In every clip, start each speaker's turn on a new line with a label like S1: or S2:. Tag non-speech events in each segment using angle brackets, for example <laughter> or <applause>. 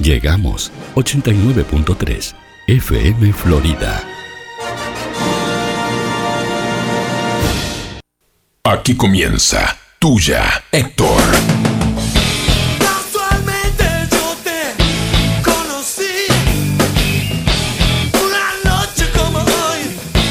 S1: Llegamos 89.3 FM Florida.
S2: Aquí comienza Tuya, Héctor.
S3: Casualmente yo te conocí una noche como hoy.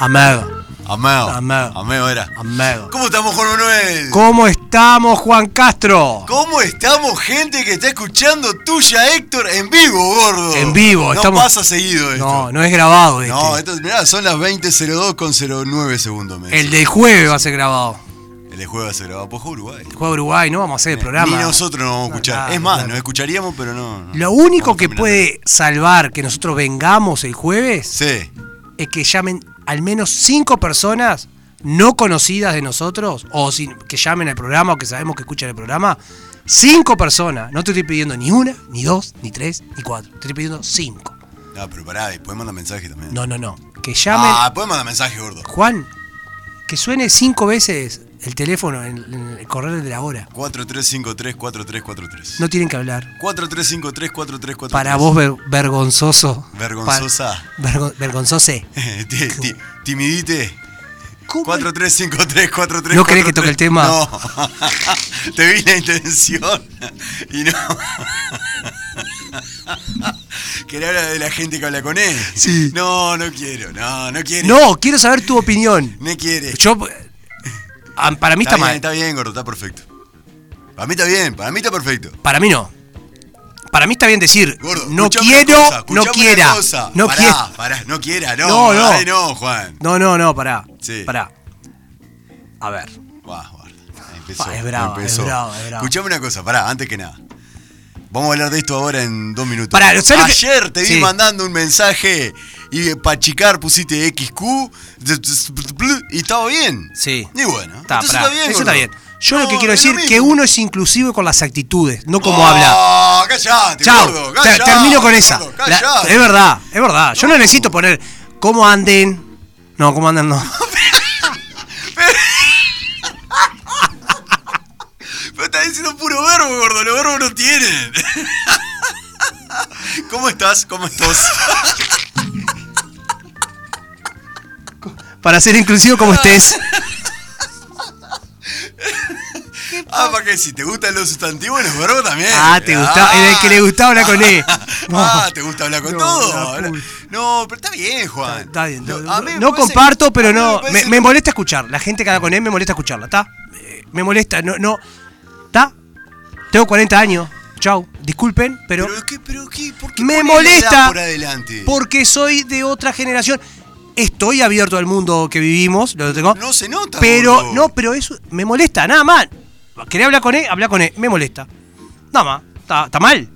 S4: Amado,
S5: Ameo.
S4: Ameo.
S5: Ameo era.
S4: amado.
S5: ¿Cómo estamos, Juan Manuel?
S4: ¿Cómo estamos, Juan Castro?
S5: ¿Cómo estamos, gente que está escuchando tuya, Héctor, en vivo, gordo?
S4: En vivo,
S5: no
S4: estamos-
S5: pasa seguido esto.
S4: No, no es grabado este.
S5: No, esto, mirá, son las 20.02 con 09 segundos, me
S4: El
S5: dice.
S4: del jueves va a ser grabado.
S5: El de jueves se grabó por pues, Uruguay.
S4: El juego de Uruguay, no vamos a hacer el programa.
S5: Ni nosotros no vamos a escuchar.
S4: claro,
S5: es más,
S4: claro.
S5: nos escucharíamos, pero no. no.
S4: Lo único
S5: Vamos
S4: que
S5: caminando.
S4: puede salvar que nosotros vengamos el jueves
S5: Sí.
S4: es que llamen al menos cinco personas no conocidas de nosotros o sin- que llamen al programa o que sabemos que escuchan el programa. Cinco personas. No te estoy pidiendo ni una, ni dos, ni tres, ni cuatro. Te estoy pidiendo cinco.
S5: No, pero pará, y podés mandar mensaje también.
S4: No, no, no. Que llamen
S5: ah, podés mandar mensaje, gordo.
S4: Juan, que suene cinco veces el teléfono en, en el correr de la hora.
S5: 4353-4343.
S4: No tienen que hablar.
S5: 4353-4343.
S4: Para vos, ver- vergonzoso.
S5: Vergonzosa.
S4: Pa- vergo- vergonzose.
S5: <laughs> Ti- ti- Timidite.
S4: ¿Cómo
S5: 43534343.
S4: ¿No querés que toque el tema?
S5: No. <laughs> Te vi la intención y no. <laughs> Quería hablar de la gente que habla con él.
S4: Sí.
S5: No, no quiero. No, no
S4: es?
S5: quiere.
S4: No, quiero saber tu opinión.
S5: No quiere.
S4: Yo, ah, para mí está,
S5: bien,
S4: mal.
S5: Está bien, gordo, está perfecto. Para mí está bien, para mí está perfecto.
S4: Para mí no. Para mí está bien decir,
S5: Gordo,
S4: no
S5: escuchame
S4: quiero,
S5: una cosa,
S4: no
S5: escuchame una
S4: quiera.
S5: cosa.
S4: No
S5: pará,
S4: quiera.
S5: pará, no quiera, no.
S4: No, no.
S5: Ay, no, Juan.
S4: No, no, no, pará.
S5: Sí.
S4: Pará. A ver.
S5: Buah, guarda. Empezó,
S4: Ah, es brava,
S5: empezó.
S4: es brava, es brava.
S5: Escuchame una cosa, pará, antes que nada. Vamos a hablar de esto ahora en dos minutos.
S4: Pará, ¿sabes lo que-
S5: Ayer te vi
S4: Sí.
S5: mandando un mensaje y para chicar pusiste XQ y estaba bien.
S4: Sí.
S5: Y bueno,
S4: Está,
S5: entonces
S4: pará, eso está
S5: gordo.
S4: bien. Yo lo
S5: No,
S4: que quiero
S5: es
S4: decir
S5: mismo.
S4: que uno es inclusivo con las actitudes, no como
S5: Oh,
S4: habla.
S5: Callate,
S4: Chao.
S5: gordo,
S4: Te-
S5: callate,
S4: termino con
S5: gordo,
S4: esa. La-
S5: callate.
S4: es verdad, es verdad. Yo no
S5: No.
S4: necesito poner cómo anden. No, cómo andan no. <laughs>
S5: Pero estás diciendo puro verbo, gordo. Los verbos no tienen. <laughs> ¿Cómo estás? ¿Cómo estás?
S4: Para ser inclusivo
S5: <laughs>
S4: como estés.
S5: Ah, para que si te gustan los sustantivos, los verbos también.
S4: Ah, te gustaba. Era el que le gustaba hablar con E. No.
S5: <laughs> Ah, ¿te gusta hablar con
S4: No, la
S5: todo?
S4: puta.
S5: No, pero está bien, Juan.
S4: Está bien. No,
S5: Lo- a mí me
S4: no
S5: parece-
S4: comparto, pero
S5: a mí
S4: no. Me,
S5: parece-
S4: me molesta escuchar. La gente que habla con E me molesta escucharla, ¿está? Eh, Me molesta, no, no. ¿Está? Tengo 40 años. Chau. Disculpen, pero.
S5: Pero, ¿qué, pero qué, ¿por qué
S4: me
S5: ponen la edad
S4: molesta
S5: por adelante?
S4: porque soy de otra generación. Estoy abierto al mundo que vivimos, lo tengo.
S5: No se nota,
S4: Pero,
S5: gordo.
S4: no, pero eso me molesta, nada más. ¿Querés hablar con él? Habla con él, me molesta. Nada más, está, está mal.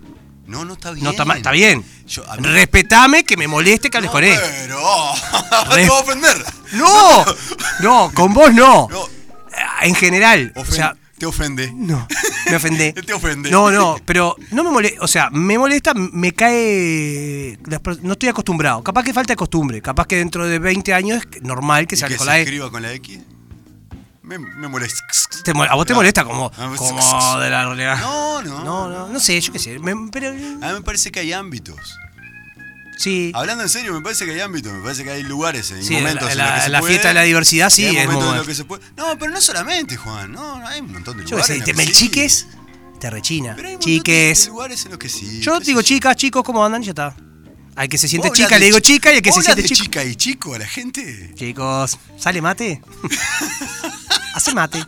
S5: No, no está bien.
S4: No está mal, está bien.
S5: Yo- a mí-
S4: Respetame que me moleste que hables
S5: No,
S4: con él.
S5: Pero. <laughs> te
S4: Re-
S5: va a ofender.
S4: No, no, con vos no.
S5: No,
S4: En general, o
S5: ofen-
S4: sea,
S5: te ofende.
S4: no, me
S5: <laughs>
S4: ofendé.
S5: Te ofende.
S4: No, no, pero no me molesta, o sea, me molesta, me cae, las per- no estoy acostumbrado. Capaz que falta de costumbre, capaz que dentro de 20 años es normal que
S5: ¿Y
S4: se
S5: que
S4: con
S5: se
S4: la E.
S5: escriba con la X? Me, me molesta.
S4: Te mol- a vos te molesta como,
S5: Ah, pues,
S4: como de la realidad.
S5: No, no.
S4: No, no, no sé, yo qué sé. me- pero,
S5: A mí me parece que hay ámbitos.
S4: sí,
S5: Hablando en serio, me parece que hay ámbitos, me parece que hay lugares y
S4: Sí,
S5: momentos
S4: la-
S5: en los que
S4: la-
S5: se
S4: la
S5: puede,
S4: fiesta de la diversidad, sí,
S5: y hay
S4: es
S5: momentos en
S4: momento.
S5: los que se puede. No, pero no solamente, Juan, no, hay un montón de
S4: yo qué
S5: lugares.
S4: sé,
S5: en los
S4: te
S5: que sí.
S4: melchiques, te rechina.
S5: Pero hay un montón de-
S4: Chiques.
S5: de lugares en los que sí.
S4: Yo
S5: qué
S4: digo
S5: sé yo.
S4: chicas, chicos, ¿cómo andan? Y Ya está. Al que se siente
S5: ¿Vos
S4: chica
S5: hablas
S4: le
S5: de
S4: digo
S5: chi-
S4: chica y al que
S5: ¿Vos
S4: se
S5: hablas
S4: siente
S5: de
S4: chico.
S5: chica y chico a la gente?
S4: Chicos,
S5: <laughs>
S4: ¿sale mate? Hace mate.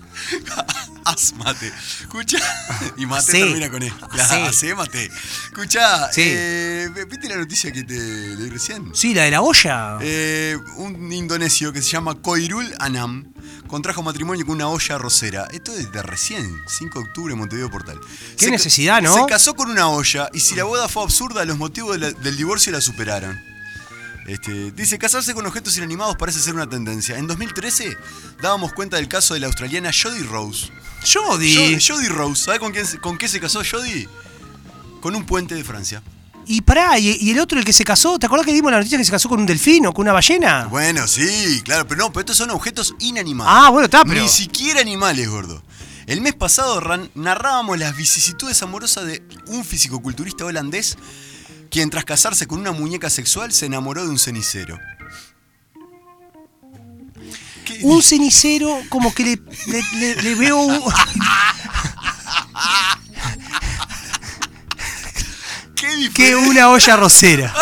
S5: <laughs> Haz mate. Escucha. Y mate
S4: Hacé.
S5: termina con él.
S4: Hacé.
S5: La hace mate. Escucha, eh,
S4: Sí.
S5: ¿viste la noticia que te leí recién?
S4: Sí, la de la olla.
S5: Eh, un indonesio que se llama Koirul Anam contrajo matrimonio con una olla arrocera. Esto desde recién, 5 de octubre, Montevideo Portal.
S4: Qué
S5: ca-
S4: necesidad, ¿no?
S5: Se casó con una olla y si la boda fue absurda, los motivos de la- del divorcio la superaron. Este, dice, casarse con objetos inanimados parece ser una tendencia. En 2013 dábamos cuenta del caso de la australiana Jodie Rose.
S4: Jody.
S5: Jodie Rose, ¿sabes con, quién se- con qué se casó Jodie? con un puente de Francia.
S4: Y pará, y, y el otro, el que se casó, ¿te acordás que dimos la noticia que se casó con un delfino, con una ballena?
S5: Bueno, sí, claro, pero no, pero estos son objetos inanimados.
S4: ah, bueno, está, pero.
S5: Ni siquiera animales, gordo. El mes pasado ran- narrábamos las vicisitudes amorosas de un fisicoculturista holandés quien tras casarse con una muñeca sexual se enamoró de un cenicero. ¿Qué?
S4: Un cenicero, como que le, le, le-
S5: <laughs>
S4: le veo. un-
S5: ¿Qué
S4: que
S5: diferencia?
S4: una olla rosera.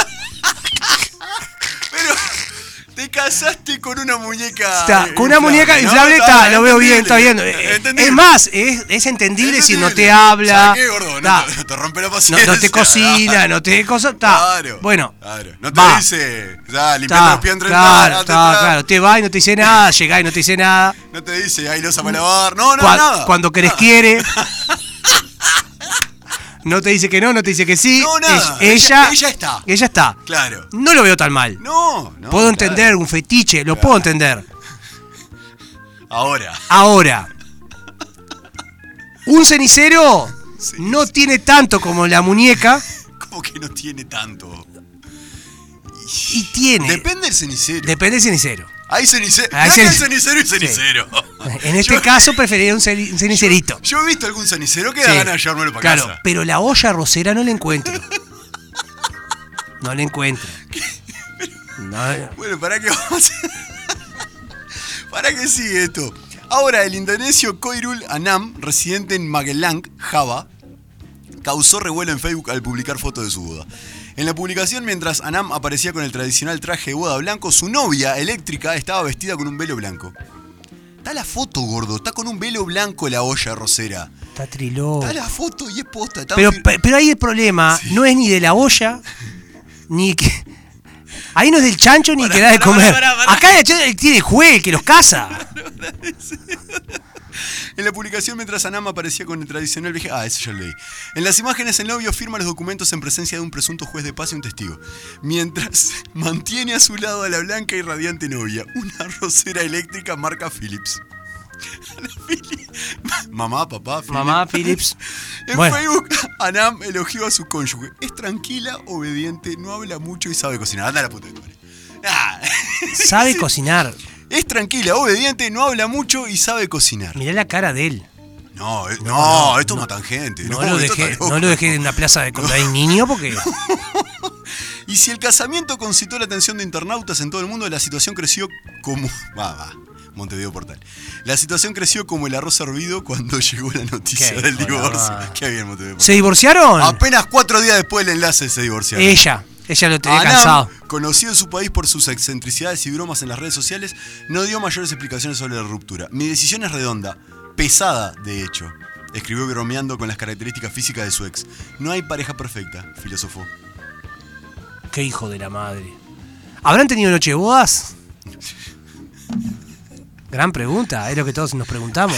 S5: Te casaste con una muñeca.
S4: Está, con una
S5: inflable,
S4: muñeca
S5: eh, ¿no?
S4: inflable, está, lo veo bien, está bien.
S5: entendible,
S4: Eh,
S5: entendible.
S4: Es más, es, es entendible si no te
S5: Entendible.
S4: habla.
S5: ¿Sabes qué, gordo? No,
S4: está,
S5: te, te rompe la
S4: no-
S5: paciencia. <laughs>
S4: no te cocina, no te cosa. está.
S5: Claro.
S4: Bueno.
S5: Claro. No te
S4: va.
S5: dice. Ya,
S4: Está,
S5: limpiando los pies entre
S4: claro, está, claro. Te va y no te dice nada, llegá y no te dice nada.
S5: No te dice, hay losa para lavar. No, no,
S4: Cua-
S5: nada. Ah.
S4: Cuando
S5: <laughs>
S4: querés quiere. No te dice que no, no te dice que sí.
S5: No, nada.
S4: Es-
S5: Ella-
S4: Ella,
S5: ella está.
S4: Ella está.
S5: Claro.
S4: No lo veo tan mal.
S5: No, no.
S4: puedo
S5: claro.
S4: entender un fetiche, lo puedo entender.
S5: Ahora. <laughs>
S4: Ahora, un cenicero no tiene tanto como la muñeca
S5: Como que no tiene tanto.
S4: y tiene.
S5: Depende del cenicero.
S4: depende
S5: <laughs>
S4: del cenicero.
S5: hay cenicero.
S4: Hay
S5: Mirá que
S4: cen-
S5: hay cenicero y cenicero.
S4: En este
S5: Yo-
S4: caso preferiría un, ceni- un cenicerito.
S5: Yo he visto algún cenicero que da
S4: Sí.
S5: ganas de llevármelo para
S4: claro,
S5: casa.
S4: pero la olla rosera no la encuentro. No la encuentro. No, no.
S5: Bueno, ¿para qué vamos? <laughs> ¿Para qué sigue esto? Ahora, el indonesio Koirul Anam, residente en Magelang, Java, causó revuelo en Facebook al publicar fotos de su boda. En la publicación, mientras Anam aparecía con el tradicional traje de boda blanco, su novia eléctrica estaba vestida con un velo blanco. Está la foto, gordo. Está con un velo blanco la olla rosera.
S4: Está triló.
S5: Está la foto y es posta. está
S4: Pero,
S5: fir-
S4: pe- pero ahí el problema no es ni de la olla, ni que. Ahí no es del chancho ni que da de
S5: pará,
S4: comer.
S5: pará, pará, pará.
S4: Acá el chancho tiene juez, el que los caza.
S5: En la publicación, mientras Anam aparecía con el tradicional viaje. Ah, eso ya lo leí. En las imágenes, el novio firma los documentos en presencia de un presunto juez de paz y un testigo. Mientras <laughs> mantiene a su lado a la blanca y radiante novia, una rosera eléctrica marca Philips. <laughs> La Philips. Mamá, papá, Philips.
S4: Mamá, Philips.
S5: <laughs> En
S4: Bueno.
S5: Facebook, Anam elogió a su cónyuge. Es tranquila, obediente, no habla mucho y sabe cocinar. Anda a la puta de tu madre. Ah,
S4: <laughs>
S5: <laughs>
S4: Sabe cocinar.
S5: es tranquila, obediente, no habla mucho y sabe cocinar.
S4: Mirá la cara de él.
S5: No, eh, no,
S4: no,
S5: esto
S4: no.
S5: matan gente.
S4: No,
S5: No,
S4: lo,
S5: esto
S4: dejé,
S5: está loco.
S4: no lo dejé en una plaza de cuando hay niño porque.
S5: Y si el casamiento concitó la atención de internautas en todo el mundo, la situación creció como. <laughs> Va, va. Montevideo Portal. La situación creció como el arroz hervido cuando <laughs> llegó la noticia
S4: Qué
S5: del
S4: hijo de la
S5: divorcio.
S4: madre.
S5: Qué bien, Montevideo Portal.
S4: ¿Se divorciaron?
S5: Apenas cuatro días después del enlace se divorciaron.
S4: Ella. Ella lo tenía
S5: Anam,
S4: cansado.
S5: conocido en su país por sus excentricidades y bromas en las redes sociales, no dio mayores explicaciones sobre la ruptura. Mi decisión es redonda, pesada de hecho, escribió bromeando con las características físicas de su ex. No hay pareja perfecta, filosofó.
S4: Qué hijo de la madre. ¿Habrán tenido noche de bodas? Gran pregunta, es lo que todos nos preguntamos.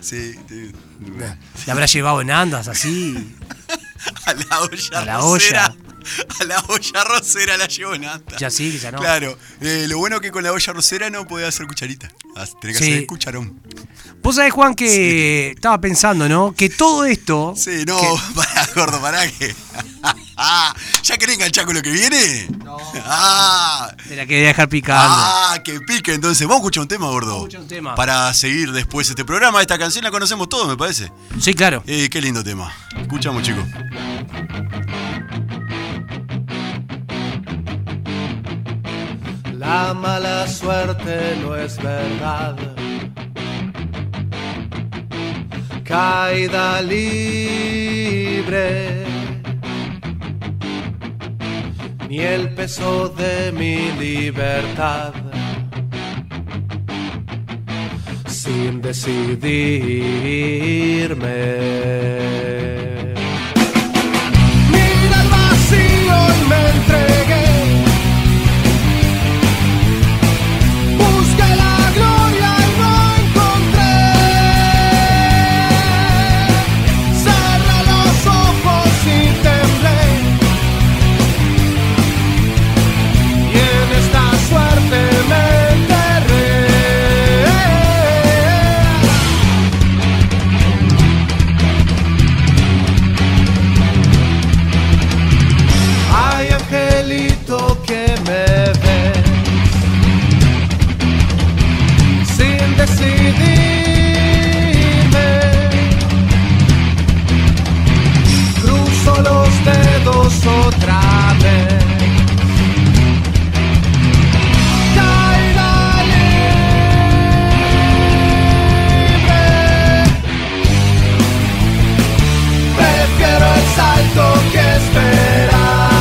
S5: Sí, sí.
S4: ¿La habrá llevado en andas así?
S5: <laughs> a la olla
S4: A la
S5: rosera.
S4: olla.
S5: A la olla rosera la llevo en alta.
S4: Ya sí, ya no.
S5: Claro, eh, lo bueno que con la olla rosera no podía hacer cucharita. Ah, Tenés que
S4: Sí.
S5: hacer cucharón.
S4: Vos sabés, Juan, que estaba pensando, ¿no? Que todo esto.
S5: Sí, no,
S4: que-
S5: <laughs> pará, gordo, pará que. <laughs> ¿Ya querés enganchar con lo que viene? No. Ah,
S4: Te la quería dejar picando.
S5: ah, que pique entonces. Vamos a escuchar un tema, gordo. Vamos a
S4: escuchar un tema.
S5: Para seguir después este programa. Esta canción la conocemos todos, me parece.
S4: Sí, claro.
S5: Eh, qué lindo tema. Escuchamos, chicos.
S6: La mala suerte no es verdad. Caída libre. Ni el peso de mi libertad. Sin decidirme. Mira el vacío y me entregué. Busqué la gloria y no encontré. Cerré los ojos y temblé. Y en esta suerte me enterré. otra vez. Taida libre. Prefiero el salto que esperar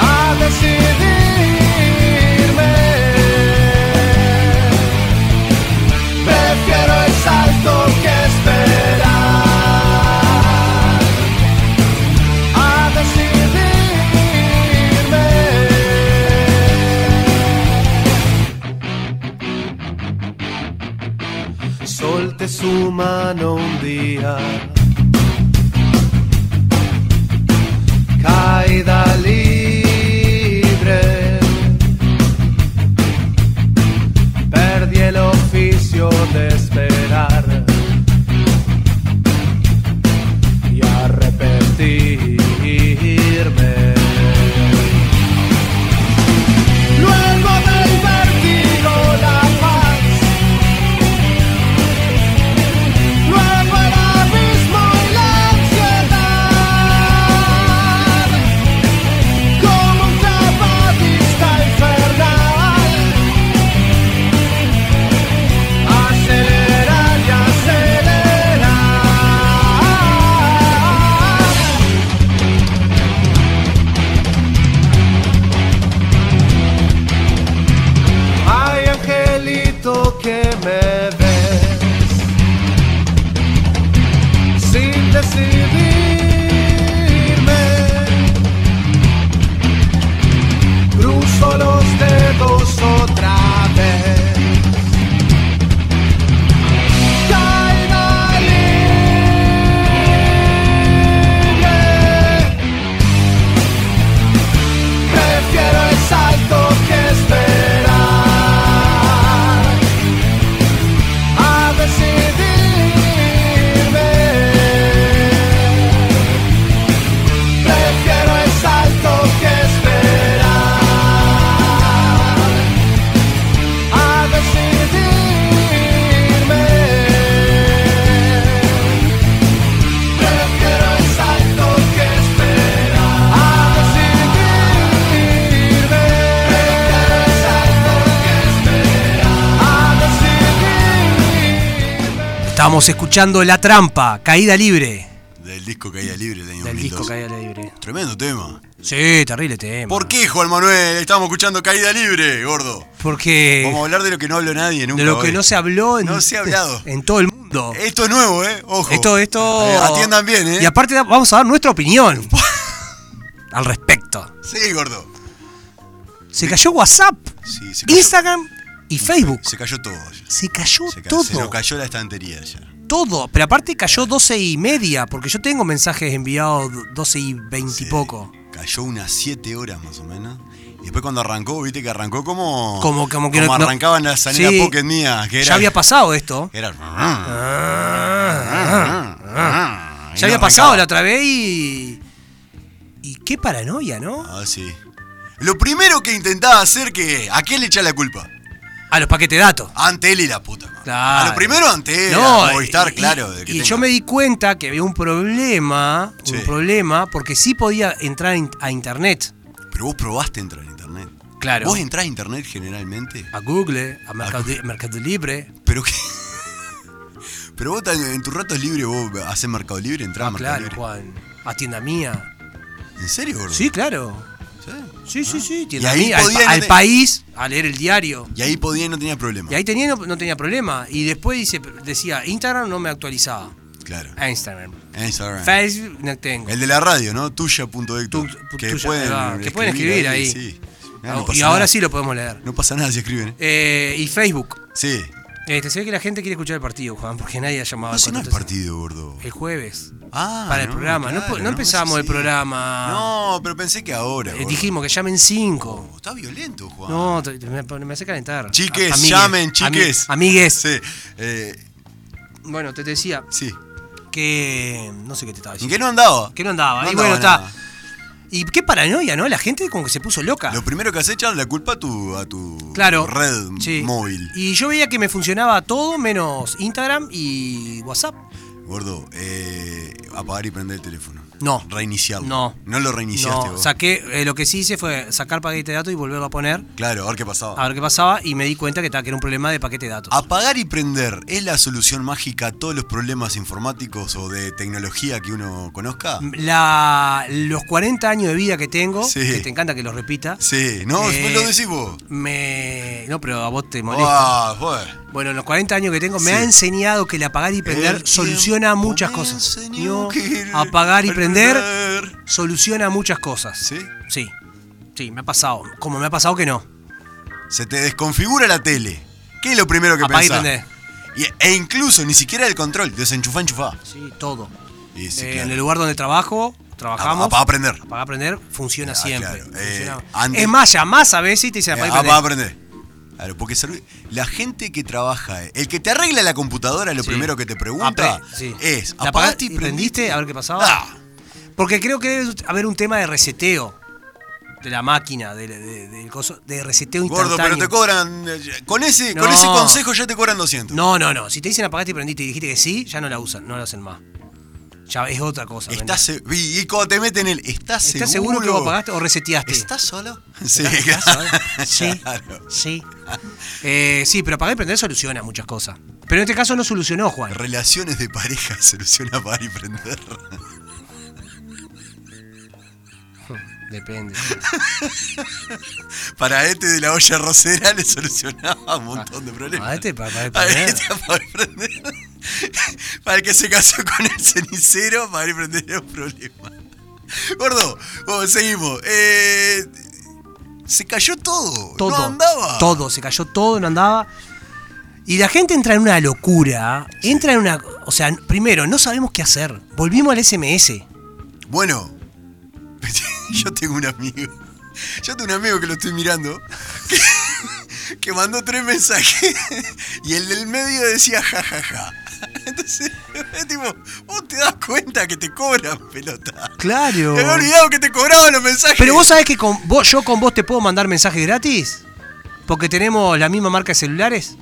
S6: a decidirme. Prefiero el salto que esperar a decidirme. Solte su mano un día, caída libre perdí el oficio de esperar y arrepentirme. Luego del vértigo la paz, luego el abismo y la ansiedad, como un trabajista infernal. Acelerar y acelerar. Ay, angelito que me ves sin decidirme. Cruzo los dedos otra vez. Caída libre. Prefiero el salto que esperar a decidirme. Prefiero el salto que esperar a decidirme. Prefiero el salto que esperar a decidirme. Prefiero el salto que esperar a decidirme.
S4: Estamos escuchando La Trampa, Caída Libre.
S5: Del disco Caída Libre del año
S4: Del
S5: 2012.
S4: disco Caída Libre.
S5: Tremendo tema.
S4: Sí, terrible tema.
S5: ¿Por qué, Juan Manuel? Estamos escuchando Caída Libre, gordo. Vamos a
S4: Porque
S5: hablar de lo que no habló nadie nunca.
S4: Eh. de lo
S5: hoy.
S4: que no se habló en,
S5: No se ha hablado.
S4: <laughs> en todo el mundo.
S5: Esto es nuevo, ¿eh? Ojo.
S4: Esto, esto.
S5: Eh, atiendan bien, ¿eh?
S4: Y aparte da- vamos a dar nuestra opinión al respecto.
S5: Sí, gordo.
S4: Se cayó WhatsApp,
S5: Sí, se cayó-
S4: Instagram y Facebook.
S5: Se cayó todo. ayer.
S4: Se cayó
S5: Se, ca-
S4: todo.
S5: se nos cayó la estantería ayer.
S4: todo. Pero aparte cayó 12 y media, porque yo tengo mensajes enviados 12 y 20 y
S5: Sí.
S4: poco.
S5: Cayó unas 7 horas más o menos. Y después cuando arrancó, viste que arrancó como.
S4: Como, como que no- no-
S5: arrancaban las salidas
S4: Sí.
S5: pocket mías. Que era,
S4: Ya había pasado esto.
S5: Era. ah, Y
S4: ah. Ya
S5: Ah, no
S4: había pasado
S5: arrancaba.
S4: la otra vez y. Y qué paranoia, ¿no?
S5: Ah, sí. Lo primero que intentaba hacer que. ¿A qué le echa la culpa?
S4: A los paquetes de datos.
S5: Ante él y la puta. madre.
S4: Claro.
S5: A lo primero ante él.
S4: No,
S5: a Movistar,
S4: y-
S5: claro.
S4: Y,
S5: de que
S4: y
S5: tenga.
S4: yo me di cuenta que había un problema,
S5: Sí.
S4: un problema, porque sí podía entrar in- a internet,
S5: Pero vos probaste entrar a internet.
S4: Claro.
S5: Vos entrás a internet generalmente.
S4: a Google, a Mercado, Mercado Libre.
S5: Pero qué. <laughs> Pero vos tan- en tus ratos libres vos haces mercado libre, entrás a mercado
S4: Ah, Claro,
S5: libre.
S4: Juan. A tienda mía.
S5: ¿En serio, gordo?
S4: Sí, claro.
S5: ¿Sí?
S4: Sí, sí, sí.
S5: Ah. Y
S4: Tienda
S5: ahí
S4: mía. Al,
S5: podía-
S4: pa- al país, a leer el diario.
S5: Y ahí podía y no tenía problema.
S4: Y ahí tenía, no, no tenía problema. Y después dice, decía, Instagram no me actualizaba.
S5: Claro.
S4: A Instagram.
S5: Instagram.
S4: Facebook no tengo.
S5: Ah. El de la radio, ¿no? Tuya.hector.
S4: Tu- tu- tuya, ahí va, que pueden escribir ahí.
S5: Sí. Ah,
S4: Ah,
S5: no pasa
S4: y ahora
S5: nada.
S4: sí lo podemos leer.
S5: No pasa nada si escriben. ¿eh?
S4: Eh, y Facebook.
S5: Sí.
S4: Este, se ve que la gente quiere escuchar el partido, Juan, porque nadie ha llamado.
S5: No,
S4: al
S5: si no es partido, gordo.
S4: El jueves.
S5: Ah,
S4: Ah, Eh, para el programa. No po- no empezamos
S5: es
S4: el
S5: así.
S4: programa.
S5: No, pero pensé que ahora.
S4: Eh,
S5: gordo.
S4: dijimos que llamen cinco.
S5: Oh, Está violento, Juan.
S4: No, te- te- me, me hace calentar.
S5: Chiques,
S4: A- amigues,
S5: llamen,
S4: ami-
S5: chiques.
S4: amigues.
S5: Sí. eh,
S4: Bueno, te decía
S5: sí.
S4: que. No sé qué te estaba
S5: ¿En
S4: diciendo.
S5: qué no andaba?
S4: Que no andaba.
S5: No
S4: y bueno,
S5: andaba
S4: está. Y qué paranoia, ¿no? La gente como que se puso loca.
S5: Lo primero que has hecho es la culpa a tu, a tu
S4: Ah. Claro.
S5: red
S4: Sí.
S5: móvil.
S4: Y yo veía que me funcionaba todo menos Instagram y WhatsApp.
S5: Gordo, eh, apagar y prender el teléfono.
S4: No.
S5: Reiniciarlo.
S4: No.
S5: No lo reiniciaste
S4: No,
S5: vos.
S4: Saqué, eh, lo que sí hice fue sacar paquete de datos y volverlo a poner,
S5: Claro, a ver qué pasaba.
S4: a ver qué pasaba, y me di cuenta que, ta, que era un problema de paquete de datos.
S5: Apagar y prender es la solución mágica a todos los problemas informáticos o de tecnología que uno conozca.
S4: Mm. La- los 40 años de vida que tengo,
S5: Sí.
S4: que te encanta que los repita,
S5: Sí, no,
S4: Eh,
S5: después lo decís vos.
S4: me. No, pero a vos te molesta.
S5: Ah, joder.
S4: Bueno, los 40 años que tengo me
S5: Sí.
S4: ha enseñado que el apagar y prender
S5: El
S4: soluciona
S5: tiempo
S4: muchas
S5: me
S4: cosas.
S5: enseñó
S4: Yo,
S5: que el-
S4: apagar y
S5: al
S4: prender soluciona muchas cosas.
S5: ¿Sí?
S4: Sí. Sí, me ha pasado. Como me ha pasado que no.
S5: Se te desconfigura la tele. ¿Qué es lo primero que
S4: Apagar y
S5: pensás?
S4: prender.
S5: Y- e incluso ni siquiera el control. Desenchufá, enchufá.
S4: Sí, todo.
S5: Y sí,
S4: Eh,
S5: claro.
S4: En el lugar donde trabajo, trabajamos.
S5: Ah, apagar, prender.
S4: Apagar, aprender, funciona
S5: Ah,
S4: siempre.
S5: claro. Eh,
S4: Funciona.
S5: antes-
S4: Es más, llamás a veces y te dicen
S5: Eh,
S4: apagar
S5: ah,
S4: y prender.
S5: va a aprender. Claro, porque servi- la gente que trabaja, eh, el que te arregla la computadora, lo
S4: Sí.
S5: primero que te pregunta
S4: Apre- sí.
S5: es,
S4: ¿La
S5: ¿apagaste y prendiste?
S4: A ver qué pasaba.
S5: Ah,
S4: Porque creo que debe haber un tema de reseteo de la máquina, de, de- del coso- de reseteo
S5: gordo,
S4: instantáneo.
S5: pero te cobran, eh, con ese, con
S4: No.
S5: ese consejo ya te cobran 200.
S4: No, no, no. Si te dicen apagaste y prendiste y dijiste que sí, ya no la usan, no la hacen más. Ya es otra cosa. ¿me
S5: Estás,
S4: entendés?
S5: se- y y cuando te meten el, ¿estás,
S4: ¿Estás seguro que vos apagaste o reseteaste?
S5: ¿Estás solo? Sí,
S4: ¿Estás
S5: claro. <laughs>
S4: solo? Sí,
S5: Claro.
S4: sí. Eh, sí, pero apagar y prender soluciona muchas cosas. Pero en este caso no solucionó, Juan.
S5: Relaciones de pareja, <laughs> solución apagar y prender. <laughs>
S4: Depende.
S5: Para este de la olla rosera le solucionaba un montón de problemas.
S4: Para este, para-
S5: Para
S4: para prender.
S5: este, <laughs> para prender. Para el que se casó con el cenicero, para ir prender era un problema. Gordo, vos, seguimos. Eh, se cayó todo.
S4: Todo.
S5: No andaba.
S4: Todo, se cayó todo, no andaba. Y la gente entra en una locura. Entra en una. O sea, primero, no sabemos qué hacer. Volvimos al SMS.
S5: Bueno, <laughs> yo tengo un amigo. Yo tengo un amigo que lo estoy mirando. Que, <laughs> que mandó tres mensajes. Y el del medio decía jajaja. Entonces, es tipo, vos te das cuenta que te cobran, pelota.
S4: Claro.
S5: Te había olvidado que te cobraban los mensajes.
S4: Pero vos sabés que con vos, yo con vos te puedo mandar mensajes gratis. Porque tenemos la misma marca de celulares.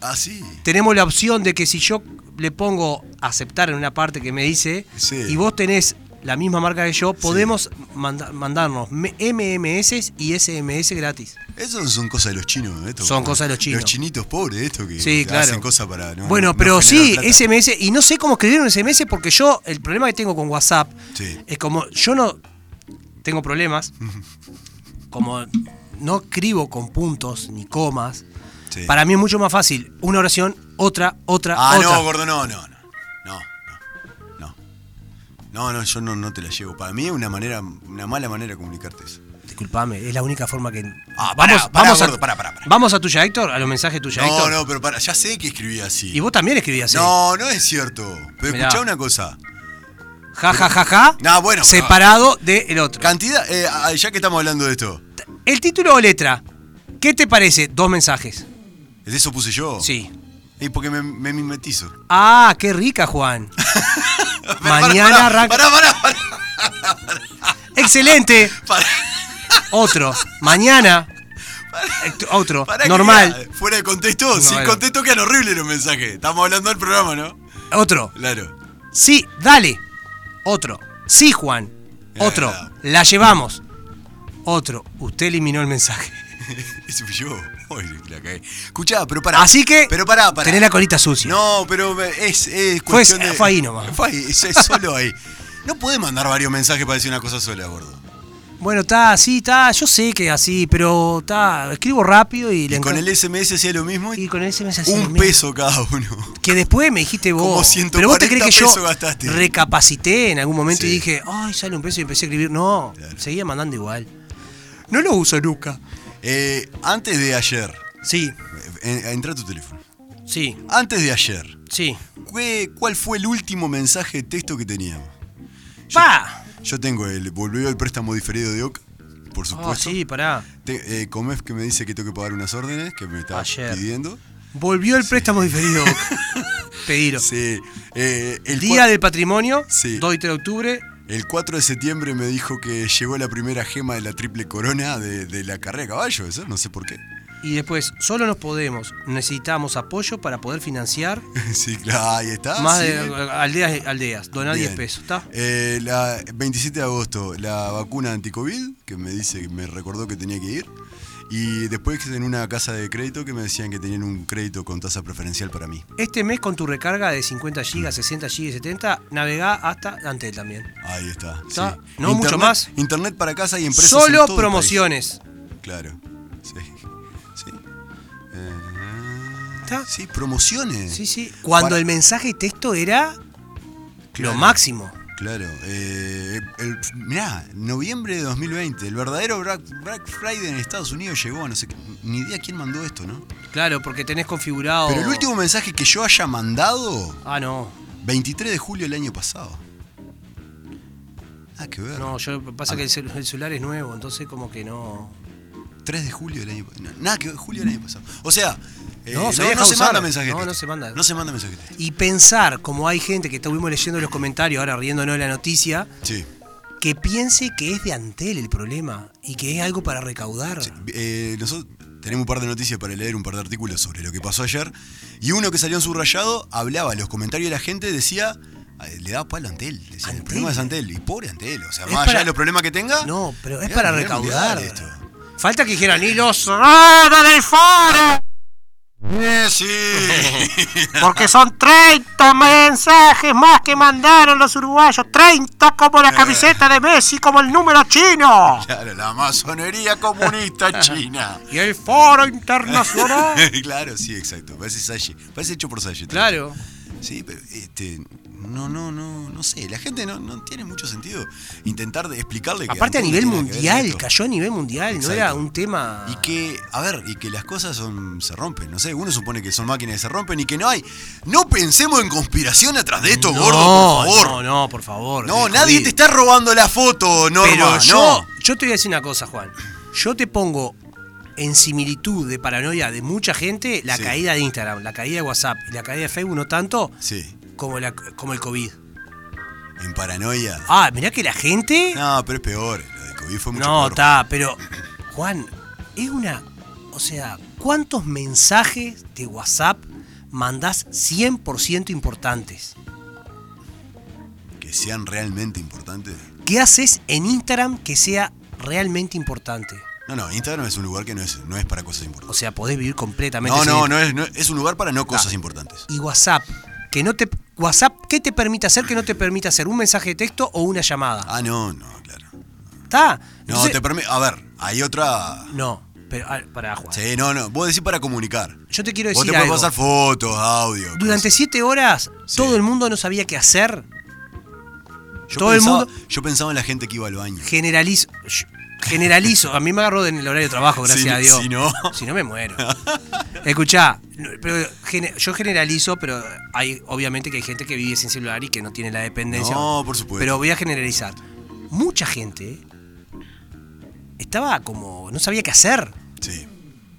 S5: Ah, sí.
S4: Tenemos la opción de que si yo le pongo aceptar en una parte que me dice
S5: Sí.
S4: y vos tenés la misma marca que yo, podemos manda- mandarnos me- MMS y SMS gratis.
S5: Eso son cosas de los chinos, ¿eh? esto.
S4: Son cosas de los chinos.
S5: Los chinitos pobres, esto que
S4: Sí, claro.
S5: hacen cosas para. no-
S4: bueno,
S5: no
S4: pero
S5: generar
S4: sí,
S5: plata.
S4: SMS, y no sé cómo escribir un SMS porque yo, el problema que tengo con WhatsApp
S5: Sí.
S4: es como yo no tengo
S5: <laughs>
S4: problemas, como no escribo con puntos ni comas,
S5: Sí.
S4: para mí es mucho más fácil una oración, otra, otra,
S5: Ah,
S4: otra.
S5: no, gordo, no, no, no. No, no, no. No, no, yo no, no te la llevo. Para mí es una manera, una mala manera de comunicarte eso.
S4: Disculpame, es la única forma que.
S5: Ah, pará, pará, gordo,
S4: a,
S5: pará, pará, pará.
S4: Vamos a tuya, Héctor, a los mensajes tuya,
S5: No,
S4: Héctor.
S5: no, pero para, ya sé que escribí así.
S4: Y vos también escribías así.
S5: No, no es cierto. Pero
S4: Mirá.
S5: escuchá una cosa.
S4: Ja, ja, ja, ja.
S5: No, bueno, pero-
S4: Separado del otro.
S5: Cantidad, eh, ah, ya que estamos hablando de esto,
S4: El título o letra. ¿Qué te parece? Dos mensajes.
S5: ¿de eso puse yo?
S4: Sí.
S5: Y porque me, me mimetizo.
S4: Ah, qué rica, Juan.
S5: <laughs> Pero <laughs> pará,
S4: Mañana
S5: pará,
S4: arranca.
S5: Pará, pará, pará,
S4: Excelente.
S5: pará.
S4: Otro. Mañana. Eh, t- Otro.
S5: Pará que
S4: Normal.
S5: queda fuera de contexto, sin
S4: bueno.
S5: contexto quedan horribles los mensajes. Estamos hablando del programa, ¿no?
S4: Otro.
S5: Claro.
S4: Sí, dale. Otro. Sí, Juan. Otro.
S5: Ah.
S4: La llevamos. Otro. Usted eliminó
S5: <laughs>
S4: el mensaje.
S5: Ese fui yo. Uy, la cagué. Escuchá, pero pará.
S4: Así que
S5: Pero pará, pará.
S4: tenés la colita sucia.
S5: No, pero es, es
S4: Fue-
S5: cuestión de-
S4: fue ahí nomás.
S5: Fue ahí, es, es solo ahí. No podés mandar varios mensajes para decir una cosa sola, gordo.
S4: Bueno, está, sí, está. Yo sé que es así, pero está. Escribo rápido y, le
S5: Y con
S4: enca-
S5: el SMS hacía lo mismo y,
S4: y con el SMS así
S5: un
S4: mismo.
S5: peso cada uno. <laughs>
S4: Que después me dijiste vos.
S5: Como 140
S4: pero vos te crees que yo
S5: pesos gastaste.
S4: recapacité en algún momento y
S5: Sí.
S4: dije, ay, sale un peso y empecé a escribir. No,
S5: Claro.
S4: seguía mandando igual. No lo uso nunca.
S5: Eh, antes de ayer,
S4: Sí,
S5: eh, entra a tu teléfono.
S4: sí,
S5: Antes de ayer,
S4: sí.
S5: ¿qué- ¿cuál fue el último mensaje de texto que teníamos?
S4: ¡Pa!
S5: Yo tengo el volvió el préstamo diferido de OCA, por
S4: Ah,
S5: supuesto.
S4: sí, pará.
S5: Te- eh, Comef que me dice que tengo que pagar unas órdenes que me está
S4: Ayer.
S5: pidiendo.
S4: Volvió el préstamo diferido. <laughs> Pedilo.
S5: Sí. eh, el,
S4: Día
S5: cua-
S4: del patrimonio,
S5: Sí.
S4: 2 y 3 de octubre.
S5: el 4 de septiembre me dijo que llegó la primera gema de la triple corona de, de la carrera de caballo, eso no sé por qué. <laughs>
S4: Y después, solo nos podemos, necesitamos apoyo para poder financiar
S5: Sí, claro, ahí está.
S4: más
S5: Ah, sí.
S4: de aldeas, aldeas, donar
S5: Bien.
S4: 10 pesos, ¿está?
S5: Eh, la 27 de agosto, la vacuna anticovid, que me dice que me recordó que tenía que ir. Y después en una casa de crédito que me decían que tenían un crédito con tasa preferencial para mí.
S4: Este mes con tu recarga de 50 GB, 60 GB, 70, navegá hasta Antel también.
S5: Ahí está.
S4: Está.
S5: sí.
S4: No, mucho más.
S5: Internet para casa y empresas. en
S4: Solo
S5: todo el
S4: promociones.
S5: país. Claro. Sí. Sí. Eh,
S4: ¿Está?
S5: sí, promociones.
S4: Sí, sí. Cuando
S5: Para-
S4: el mensaje de texto era
S5: Claro.
S4: lo máximo.
S5: Claro, eh, el- mirá, noviembre de 2020, el verdadero Black, Black Friday en Estados Unidos llegó, no sé, qué- ni idea quién mandó esto, ¿no?
S4: Claro, porque tenés configurado.
S5: Pero el último mensaje que yo haya mandado,
S4: Ah, no.
S5: 23 de julio del año pasado. Ah, que ver.
S4: No, yo pasa que el, cel- el celular es nuevo, entonces como que no.
S5: 3 de julio del año pasado. Nada, que ver, julio del año pasado. O sea, eh,
S4: No,
S5: no,
S4: se
S5: no
S4: deja
S5: se
S4: usar.
S5: manda mensaje. de
S4: No,
S5: texto.
S4: no se manda.
S5: No se manda mensaje. este, de texto.
S4: Y pensar, como hay gente que estuvimos leyendo los comentarios, ahora riéndonos de la noticia,
S5: Sí.
S4: que piense que es de Antel el problema y que es algo para recaudar.
S5: Eh, nosotros tenemos un par de noticias para leer, un par de artículos sobre lo que pasó ayer. Y uno que salió en subrayado hablaba, los comentarios de la gente decía, "Ay, le da palo a Antel. Decía, El
S4: Antel.
S5: problema es Antel. Y pobre Antel. O sea,
S4: Es
S5: más allá
S4: para-
S5: de los problemas que <laughs> tenga.
S4: No, pero es
S5: mirá,
S4: para
S5: mirá el mundial
S4: recaudar.
S5: esto.
S4: Falta que dijeran, y los raros del foro,
S5: Eh, sí. <laughs>
S4: porque son 30 mensajes más que mandaron los uruguayos, 30 como
S5: Eh.
S4: la camiseta de Messi, como el número chino.
S5: claro, la masonería comunista china. <laughs>
S4: Y el foro internacional.
S5: claro, sí, exacto. Parece Salle. Parece hecho por Salle.
S4: Claro.
S5: Sí, pero este, no, no, no, no sé. La gente no, no tiene mucho sentido intentar de explicarle. que
S4: Aparte a
S5: Antel
S4: nivel
S5: tiene que ver con
S4: mundial,
S5: esto.
S4: cayó a nivel mundial, no
S5: Exacto.
S4: era un tema...
S5: Y que, a ver, y que las cosas son, se rompen, no sé, uno supone que son máquinas que se rompen y que no hay. No pensemos en conspiración atrás de esto, gordo, por favor.
S4: No,
S5: No,
S4: no, por favor. del
S5: nadie
S4: COVID.
S5: te está robando la foto, Norma,
S4: Pero
S5: no.
S4: yo, yo te voy a decir una cosa, Juan. Yo te pongo en similitud de paranoia de mucha gente la
S5: Sí.
S4: caída de Instagram, la caída de WhatsApp y la caída de Facebook no tanto
S5: Sí,
S4: como, la, como el COVID.
S5: en paranoia.
S4: Ah, mirá que la gente...
S5: No, pero es peor, lo de COVID fue Ah, mucho
S4: No,
S5: peor.
S4: está, pero Juan, es una... O sea, ¿cuántos mensajes de WhatsApp mandás 100% importantes?
S5: Que sean realmente importantes.
S4: ¿Qué haces en Instagram que sea realmente importante?
S5: No, no, Instagram es un lugar que no es, no es para cosas
S4: O
S5: importantes.
S4: sea, podés vivir completamente
S5: No,
S4: sin
S5: no, no es, no- es un lugar para no cosas importantes.
S4: y WhatsApp. Que no te, WhatsApp, ¿qué te permite hacer que no te permite hacer? ¿Un mensaje de texto o una llamada?
S5: Ah, no, no, claro.
S4: ¿Está?
S5: No,
S4: Entonces-
S5: te permite. A ver, hay otra.
S4: No, pero ah, pará, Juan.
S5: Sí, no, no. Vos decís para comunicar.
S4: Yo te quiero
S5: Vos te
S4: decir
S5: puedes
S4: algo.
S5: pasar fotos, audio.
S4: Durante
S5: cosas.
S4: siete horas,
S5: Sí.
S4: todo el mundo no sabía qué hacer.
S5: Yo
S4: todo el
S5: pensaba,
S4: mundo-
S5: Yo pensaba en la gente que iba al baño.
S4: Generalizo. yo- Generalizo. A mí me agarró en el horario de trabajo, gracias
S5: Si-
S4: a Dios.
S5: si no.
S4: Si no, me muero. Escuchá, no, pero gene- yo generalizo, pero hay obviamente que hay gente que vive sin celular y que no tiene la
S5: <laughs>
S4: dependencia.
S5: No, por supuesto.
S4: Pero voy a generalizar. Mucha gente estaba como. no sabía qué hacer.
S5: Sí,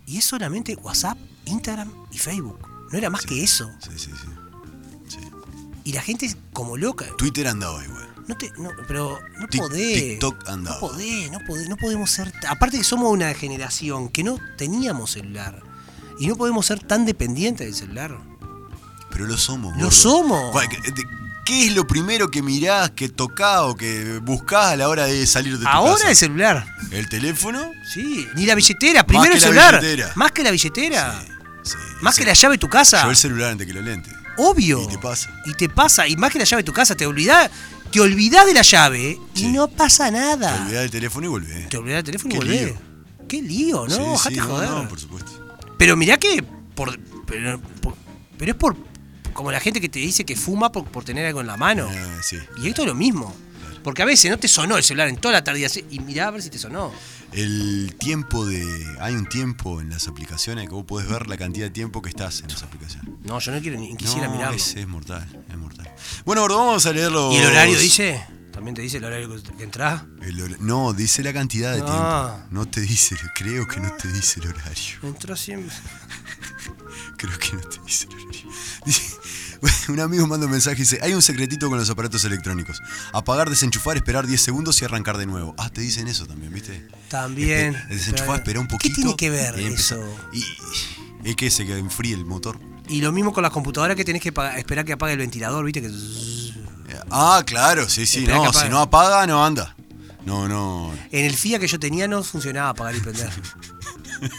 S4: Y es solamente WhatsApp, Instagram y Facebook. No era más que eso.
S5: sí, sí, sí. Sí.
S4: Y la gente es como loca.
S5: Twitter andaba igual.
S4: No te, no, pero no
S5: Tic-
S4: podés.
S5: TikTok andaba.
S4: No podés, no podés, no podemos ser. ta- Aparte que somos una generación que no teníamos celular. Y no podemos ser tan dependientes del celular.
S5: Pero lo somos.
S4: Lo
S5: gordo.
S4: somos.
S5: Cual- que- de- ¿Qué es lo primero que mirás, que tocás o que buscás a la hora de salir de tu
S4: Ahora
S5: casa?
S4: el celular.
S5: ¿El teléfono?
S4: Sí. Ni la billetera. Primero
S5: que
S4: el
S5: la
S4: celular.
S5: billetera.
S4: Más que la billetera.
S5: Sí,
S4: Más
S5: sí.
S4: que la llave de tu casa.
S5: Yo el celular antes que los lentes.
S4: Obvio.
S5: Y te pasa.
S4: Y te pasa. Y más que la llave de tu casa, te olvidás, te olvidás de la llave
S5: Sí.
S4: y no pasa
S5: Te
S4: nada.
S5: olvidás del teléfono y volvés.
S4: Te olvidás del teléfono y
S5: Qué
S4: volvés.
S5: lío.
S4: Qué lío, ¿no?
S5: Sí,
S4: Bajate
S5: sí,
S4: a joder.
S5: No, no, por supuesto.
S4: Pero mirá que. Por, pero, por- pero es por. Como la gente que te dice que fuma por, por tener algo en la mano.
S5: Ah, sí.
S4: Y esto es lo mismo. Porque a veces no te sonó el celular en toda la tarde así, y mirá a ver si te sonó.
S5: El tiempo de. Hay un tiempo en las aplicaciones que vos podés ver la cantidad de tiempo que estás en las aplicaciones.
S4: No, yo no quiero ni quisiera
S5: No,
S4: mirarlo.
S5: Es, es mortal, es mortal. Bueno, gordo, vamos a leerlo.
S4: ¿Y el horario dice? ¿También te dice el horario que- que entras?
S5: El hor- no, dice la cantidad de
S4: No.
S5: tiempo. No te dice, creo que no te dice el horario.
S4: Entras siempre.
S5: Creo que no te <laughs> dice el horario. Dice, Un amigo manda un mensaje y dice, hay un secretito con los aparatos electrónicos. Apagar, desenchufar, esperar 10 segundos y arrancar de nuevo. Ah, te dicen eso también, ¿viste?
S4: También.
S5: Espe- Desenchufar, esperar
S4: Pero-
S5: un poquito.
S4: ¿Qué tiene que ver
S5: y empezar-
S4: eso?
S5: Y, es que se que enfríe el motor.
S4: Y lo mismo con las computadoras que tenés que pa- esperar que apague el ventilador, ¿viste? Que...
S5: Eh, Ah, claro, sí, sí.
S4: Esperá
S5: No,
S4: que
S5: si
S4: apague.
S5: no apaga, no anda. No, no.
S4: En el FIA que yo tenía no funcionaba apagar
S5: <laughs>
S4: y prender.
S5: Bueno,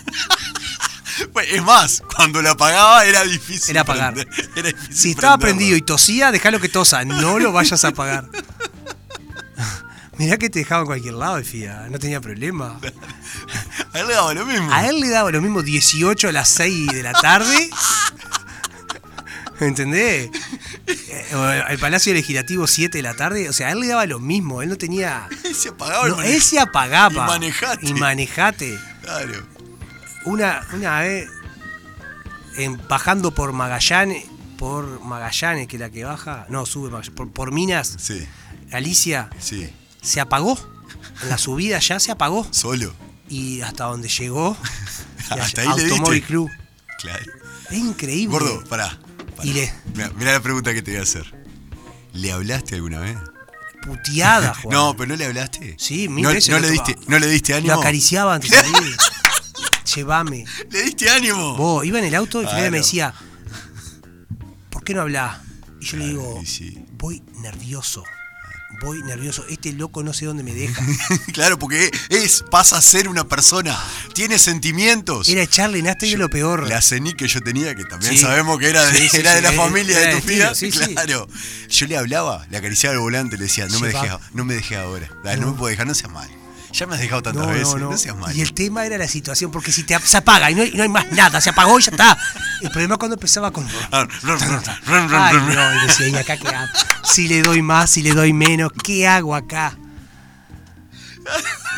S5: Pues, Es más, cuando la apagaba era difícil.
S4: Era apagar.
S5: prender. Era difícil
S4: Si estaba
S5: prenderlo.
S4: prendido y tosía, dejalo que tosa. No lo vayas
S5: <laughs>
S4: a apagar. Mirá que te dejaba en cualquier lado el FIA. No tenía problema.
S5: A él le daba lo mismo. <laughs>
S4: A él le daba lo mismo 18 a las 6 de la tarde. <laughs> ¿Entendés? Eh, o Al Palacio Legislativo 7 de la tarde. O sea, a él le daba lo mismo. Él no tenía...
S5: se apagaba el
S4: No,
S5: manej-
S4: él se apagaba.
S5: Y manejate.
S4: Y manejate.
S5: Claro.
S4: Una, una vez, en- bajando por Magallanes, por Magallanes, que es la que baja, no, sube Magallanes, por, por Minas,
S5: Sí,
S4: Alicia,
S5: sí.
S4: se apagó. En la subida ya se apagó.
S5: Solo.
S4: Y hasta
S5: <laughs>
S4: donde llegó, y
S5: Hasta
S4: allá-
S5: ahí le diste.
S4: Automóvil Club.
S5: Claro.
S4: Es increíble.
S5: Gordo, pará. pará.
S4: Y le-
S5: Mirá, mirá la pregunta que te voy a hacer. ¿Le hablaste alguna vez? <laughs>
S4: Puteada, Juan.
S5: No, pero no le hablaste.
S4: Sí, mil
S5: no,
S4: veces
S5: No
S4: lo
S5: le,
S4: tocaba.
S5: diste, no le diste ánimo.
S4: Lo acariciaba antes de
S5: <laughs>
S4: salir. Llévame.
S5: Le diste ánimo. <laughs>
S4: Vos, iba en el auto y Fidel me
S5: Claro.
S4: decía, ¿por qué no hablás? Y yo le
S5: Claro,
S4: digo,
S5: y sí.
S4: voy nervioso, voy nervioso, este loco no sé dónde me
S5: <laughs>
S4: deja.
S5: claro, porque es, pasa a ser una persona. Tiene sentimientos.
S4: Era Charlie Nasty y lo peor.
S5: La CENI que yo tenía, que también
S4: Sí.
S5: sabemos que era de,
S4: Sí, sí,
S5: era
S4: sí,
S5: de la
S4: era-
S5: familia
S4: era
S5: de
S4: de
S5: tu
S4: tío,
S5: tía.
S4: sí, sí.
S5: claro. Yo le hablaba, le acariciaba el volante, le decía, no me
S4: Sí,
S5: dejé,
S4: va.
S5: no me dejé ahora. Dale, no. me puedo dejar, no seas mal. Ya me has dejado tantas
S4: No,
S5: veces,
S4: no, no.
S5: seas mal.
S4: Y el tema era la situación, porque si te ap- se apaga y no, hay, no hay más nada, se apagó y ya está. El problema es cuando empezaba con.
S5: Ah, rum, rum, rum, rum,
S4: Ay,
S5: rum.
S4: no, y decía, ¿y acá qué hago? Si le doy más, si le doy menos, ¿qué hago acá?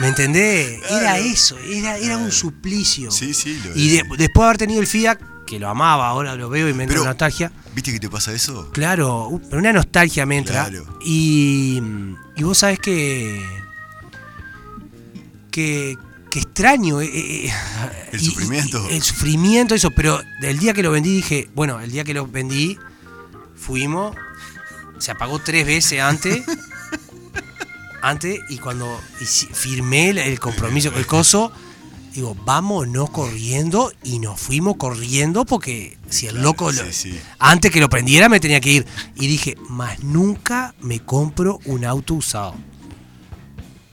S4: ¿Me entendés? Era eso, era, era un suplicio.
S5: Sí, sí, lo
S4: Y de-
S5: es.
S4: después de haber tenido el Fiat, que lo amaba, ahora lo veo y me entra
S5: Pero-
S4: una nostalgia.
S5: ¿Viste que te pasa eso?
S4: Claro, u- pero una nostalgia me entra.
S5: Claro.
S4: Y, y vos sabés que, que. que extraño. eh, eh, eh,
S5: <laughs> El
S4: y- y-
S5: sufrimiento.
S4: y- el sufrimiento, eso. Pero el día que lo vendí dije. Bueno, el día que lo vendí, fuimos. Se apagó tres veces antes. antes, y cuando hici- firmé el- el compromiso con el coso. Digo, vámonos corriendo y nos fuimos corriendo porque si el loco lo-
S5: sí, sí.
S4: antes que lo prendiera me tenía que ir. Y dije, más nunca me compro un auto usado.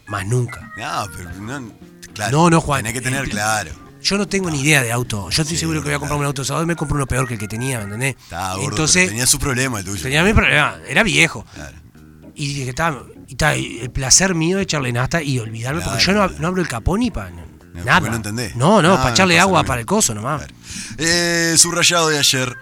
S4: Más nunca.
S5: No, pero no. Claro.
S4: No, no, Juan.
S5: Tenés que tener
S4: Eh,
S5: claro.
S4: Yo no tengo ni idea de auto. Yo estoy
S5: Ah. Sí,
S4: seguro que voy a comprar
S5: claro.
S4: un auto usado y me compro uno peor que el que tenía, ¿me entendés?
S5: Está gordo.
S4: Entonces,
S5: pero tenía su problema el tuyo.
S4: tenía mi problema. Era viejo.
S5: Claro.
S4: Y dije, está, y ta, y el placer mío de echarle nasta y olvidarme, porque yo
S5: Claro,
S4: no,
S5: claro.
S4: no abro el capó ni para nada.
S5: porque no entendés.
S4: No, no,
S5: Ah,
S4: para echarle
S5: no pasa
S4: agua
S5: nada.
S4: para el coso nomás.
S5: Claro. Eh, subrayado de ayer.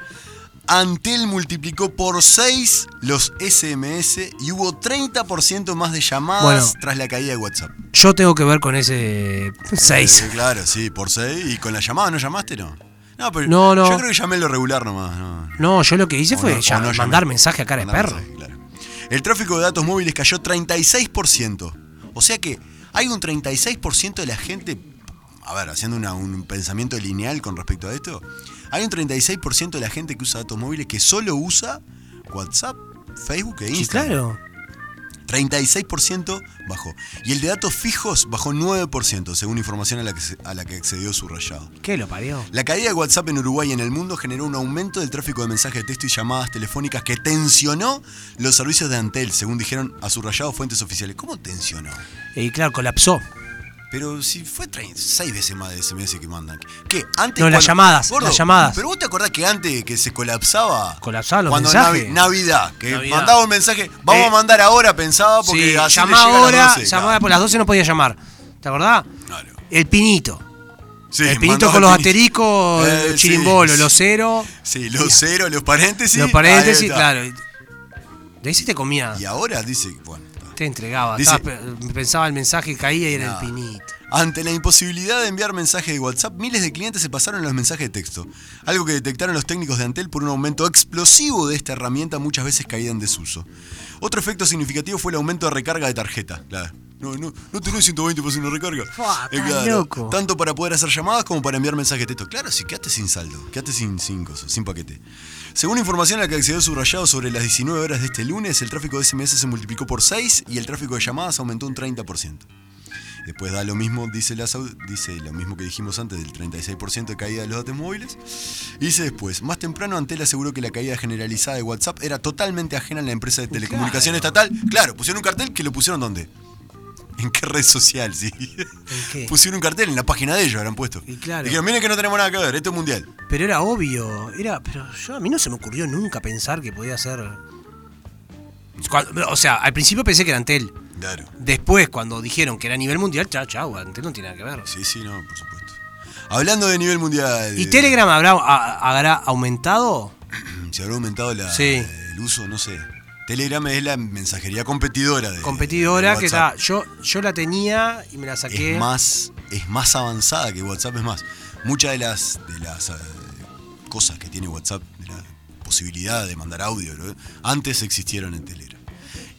S5: Antel multiplicó por 6 los SMS y hubo 30% más de llamadas
S4: Bueno.
S5: tras la caída de WhatsApp.
S4: Yo tengo que ver con ese 6.
S5: Eh, claro, sí, por 6. ¿Y con la llamada no llamaste, no? No, pero
S4: No, no.
S5: yo creo que llamé lo regular nomás. No.
S4: No, yo lo que hice
S5: O
S4: fue
S5: no- o
S4: ya-
S5: no
S4: mandar
S5: llamé.
S4: mensaje a cara de
S5: Mandar
S4: perro.
S5: mensaje, claro. El tráfico de datos móviles cayó 36%. O sea que hay un 36% de la gente, a ver, haciendo una- un pensamiento lineal con respecto a esto, hay un 36% de la gente que usa datos móviles que solo usa WhatsApp, Facebook e
S4: Sí,
S5: Instagram.
S4: claro.
S5: 36% bajó. Y el de datos fijos bajó 9%, según información a la que, se- a la que accedió subrayado.
S4: ¿Qué lo parió?
S5: La caída de WhatsApp en Uruguay y en el mundo generó un aumento del tráfico de mensajes de texto y llamadas telefónicas que tensionó los servicios de Antel, según dijeron a subrayados fuentes oficiales. ¿Cómo tensionó?
S4: Y claro, colapsó.
S5: Pero si fue tre- seis veces más de SMS que mandan. ¿Qué? Antes.
S4: No, las llamadas,
S5: Gordo,
S4: las llamadas.
S5: Pero vos te acordás que antes que se colapsaba.
S4: Colapsaban los
S5: cuando
S4: mensajes.
S5: Navi- Navidad, que
S4: Navidad.
S5: mandaba un mensaje, vamos
S4: Eh.
S5: a mandar ahora, pensaba, Ah, porque
S4: Sí,
S5: así le
S4: llamá
S5: llega a las
S4: ahora,
S5: 12,
S4: llamá ahora, por las 12 no podía llamar. ¿Te acordás?
S5: claro. Claro.
S4: El pinito.
S5: Sí,
S4: el pinito
S5: mandaba
S4: con los
S5: el pinito.
S4: asteriscos,
S5: Eh,
S4: el
S5: sí,
S4: chirimbolo,
S5: sí.
S4: los ceros,
S5: Sí, los ceros, los paréntesis.
S4: los
S5: ahí
S4: paréntesis,
S5: está.
S4: claro. De ahí sí te comía,
S5: Y ahora dice, bueno, está.
S4: te entregaba.
S5: Dice-
S4: Estabas pe- pensaba el mensaje y caía y era
S5: Nah.
S4: el pinito.
S5: Ante la imposibilidad de enviar mensajes de WhatsApp, miles de clientes se pasaron a los mensajes de texto, algo que detectaron los técnicos de Antel por un aumento explosivo de esta herramienta muchas veces caída en desuso. Otro efecto significativo fue el aumento de recarga de tarjeta. Claro. No, no, no tenés 120 para hacer una recarga.
S4: Fua, estás loco.
S5: Tanto para poder hacer llamadas como para enviar mensajes de texto. Claro, sí, quédate sin saldo, quédate sin, sin cosas, sin paquete. Según información a la que accedió subrayado sobre las 19 horas de este lunes, el tráfico de SMS se multiplicó por 6 y el tráfico de llamadas aumentó un 30%. Después da lo mismo, dice, las au- dice lo mismo que dijimos antes, del 36% de caída de los datos móviles. Y dice después, más temprano Antel aseguró que la caída generalizada de WhatsApp era totalmente ajena a la empresa de telecomunicación estatal. Claro, pusieron un cartel que lo pusieron ¿dónde? <laughs> ¿En qué red social? Sí.
S4: qué?
S5: Pusieron un cartel en la página de ellos, habrán puesto.
S4: Y claro.
S5: Dijeron, miren que no tenemos nada que ver, esto es mundial.
S4: Pero era obvio, era, pero yo a mí no se me ocurrió nunca pensar que podía ser. Cuando- o sea, al principio pensé que era Antel.
S5: Claro.
S4: Después, cuando dijeron que era a nivel mundial, chao, chao, Antel no tiene nada que ver.
S5: Sí, sí, no, por supuesto. Hablando de nivel mundial.
S4: ¿Y
S5: eh,
S4: Telegram habrá, a- habrá aumentado?
S5: Mm, ¿Se habrá aumentado la-
S4: Sí.
S5: el uso? No sé. Telegram es la mensajería competidora de.
S4: Competidora
S5: Eh, de
S4: que
S5: WhatsApp.
S4: está. Yo, yo la tenía y me la saqué.
S5: Es más, es más avanzada que WhatsApp, es más. Muchas de las, de las eh, cosas que tiene WhatsApp, de la posibilidad de mandar audio, ¿no? antes existieron en Telegram.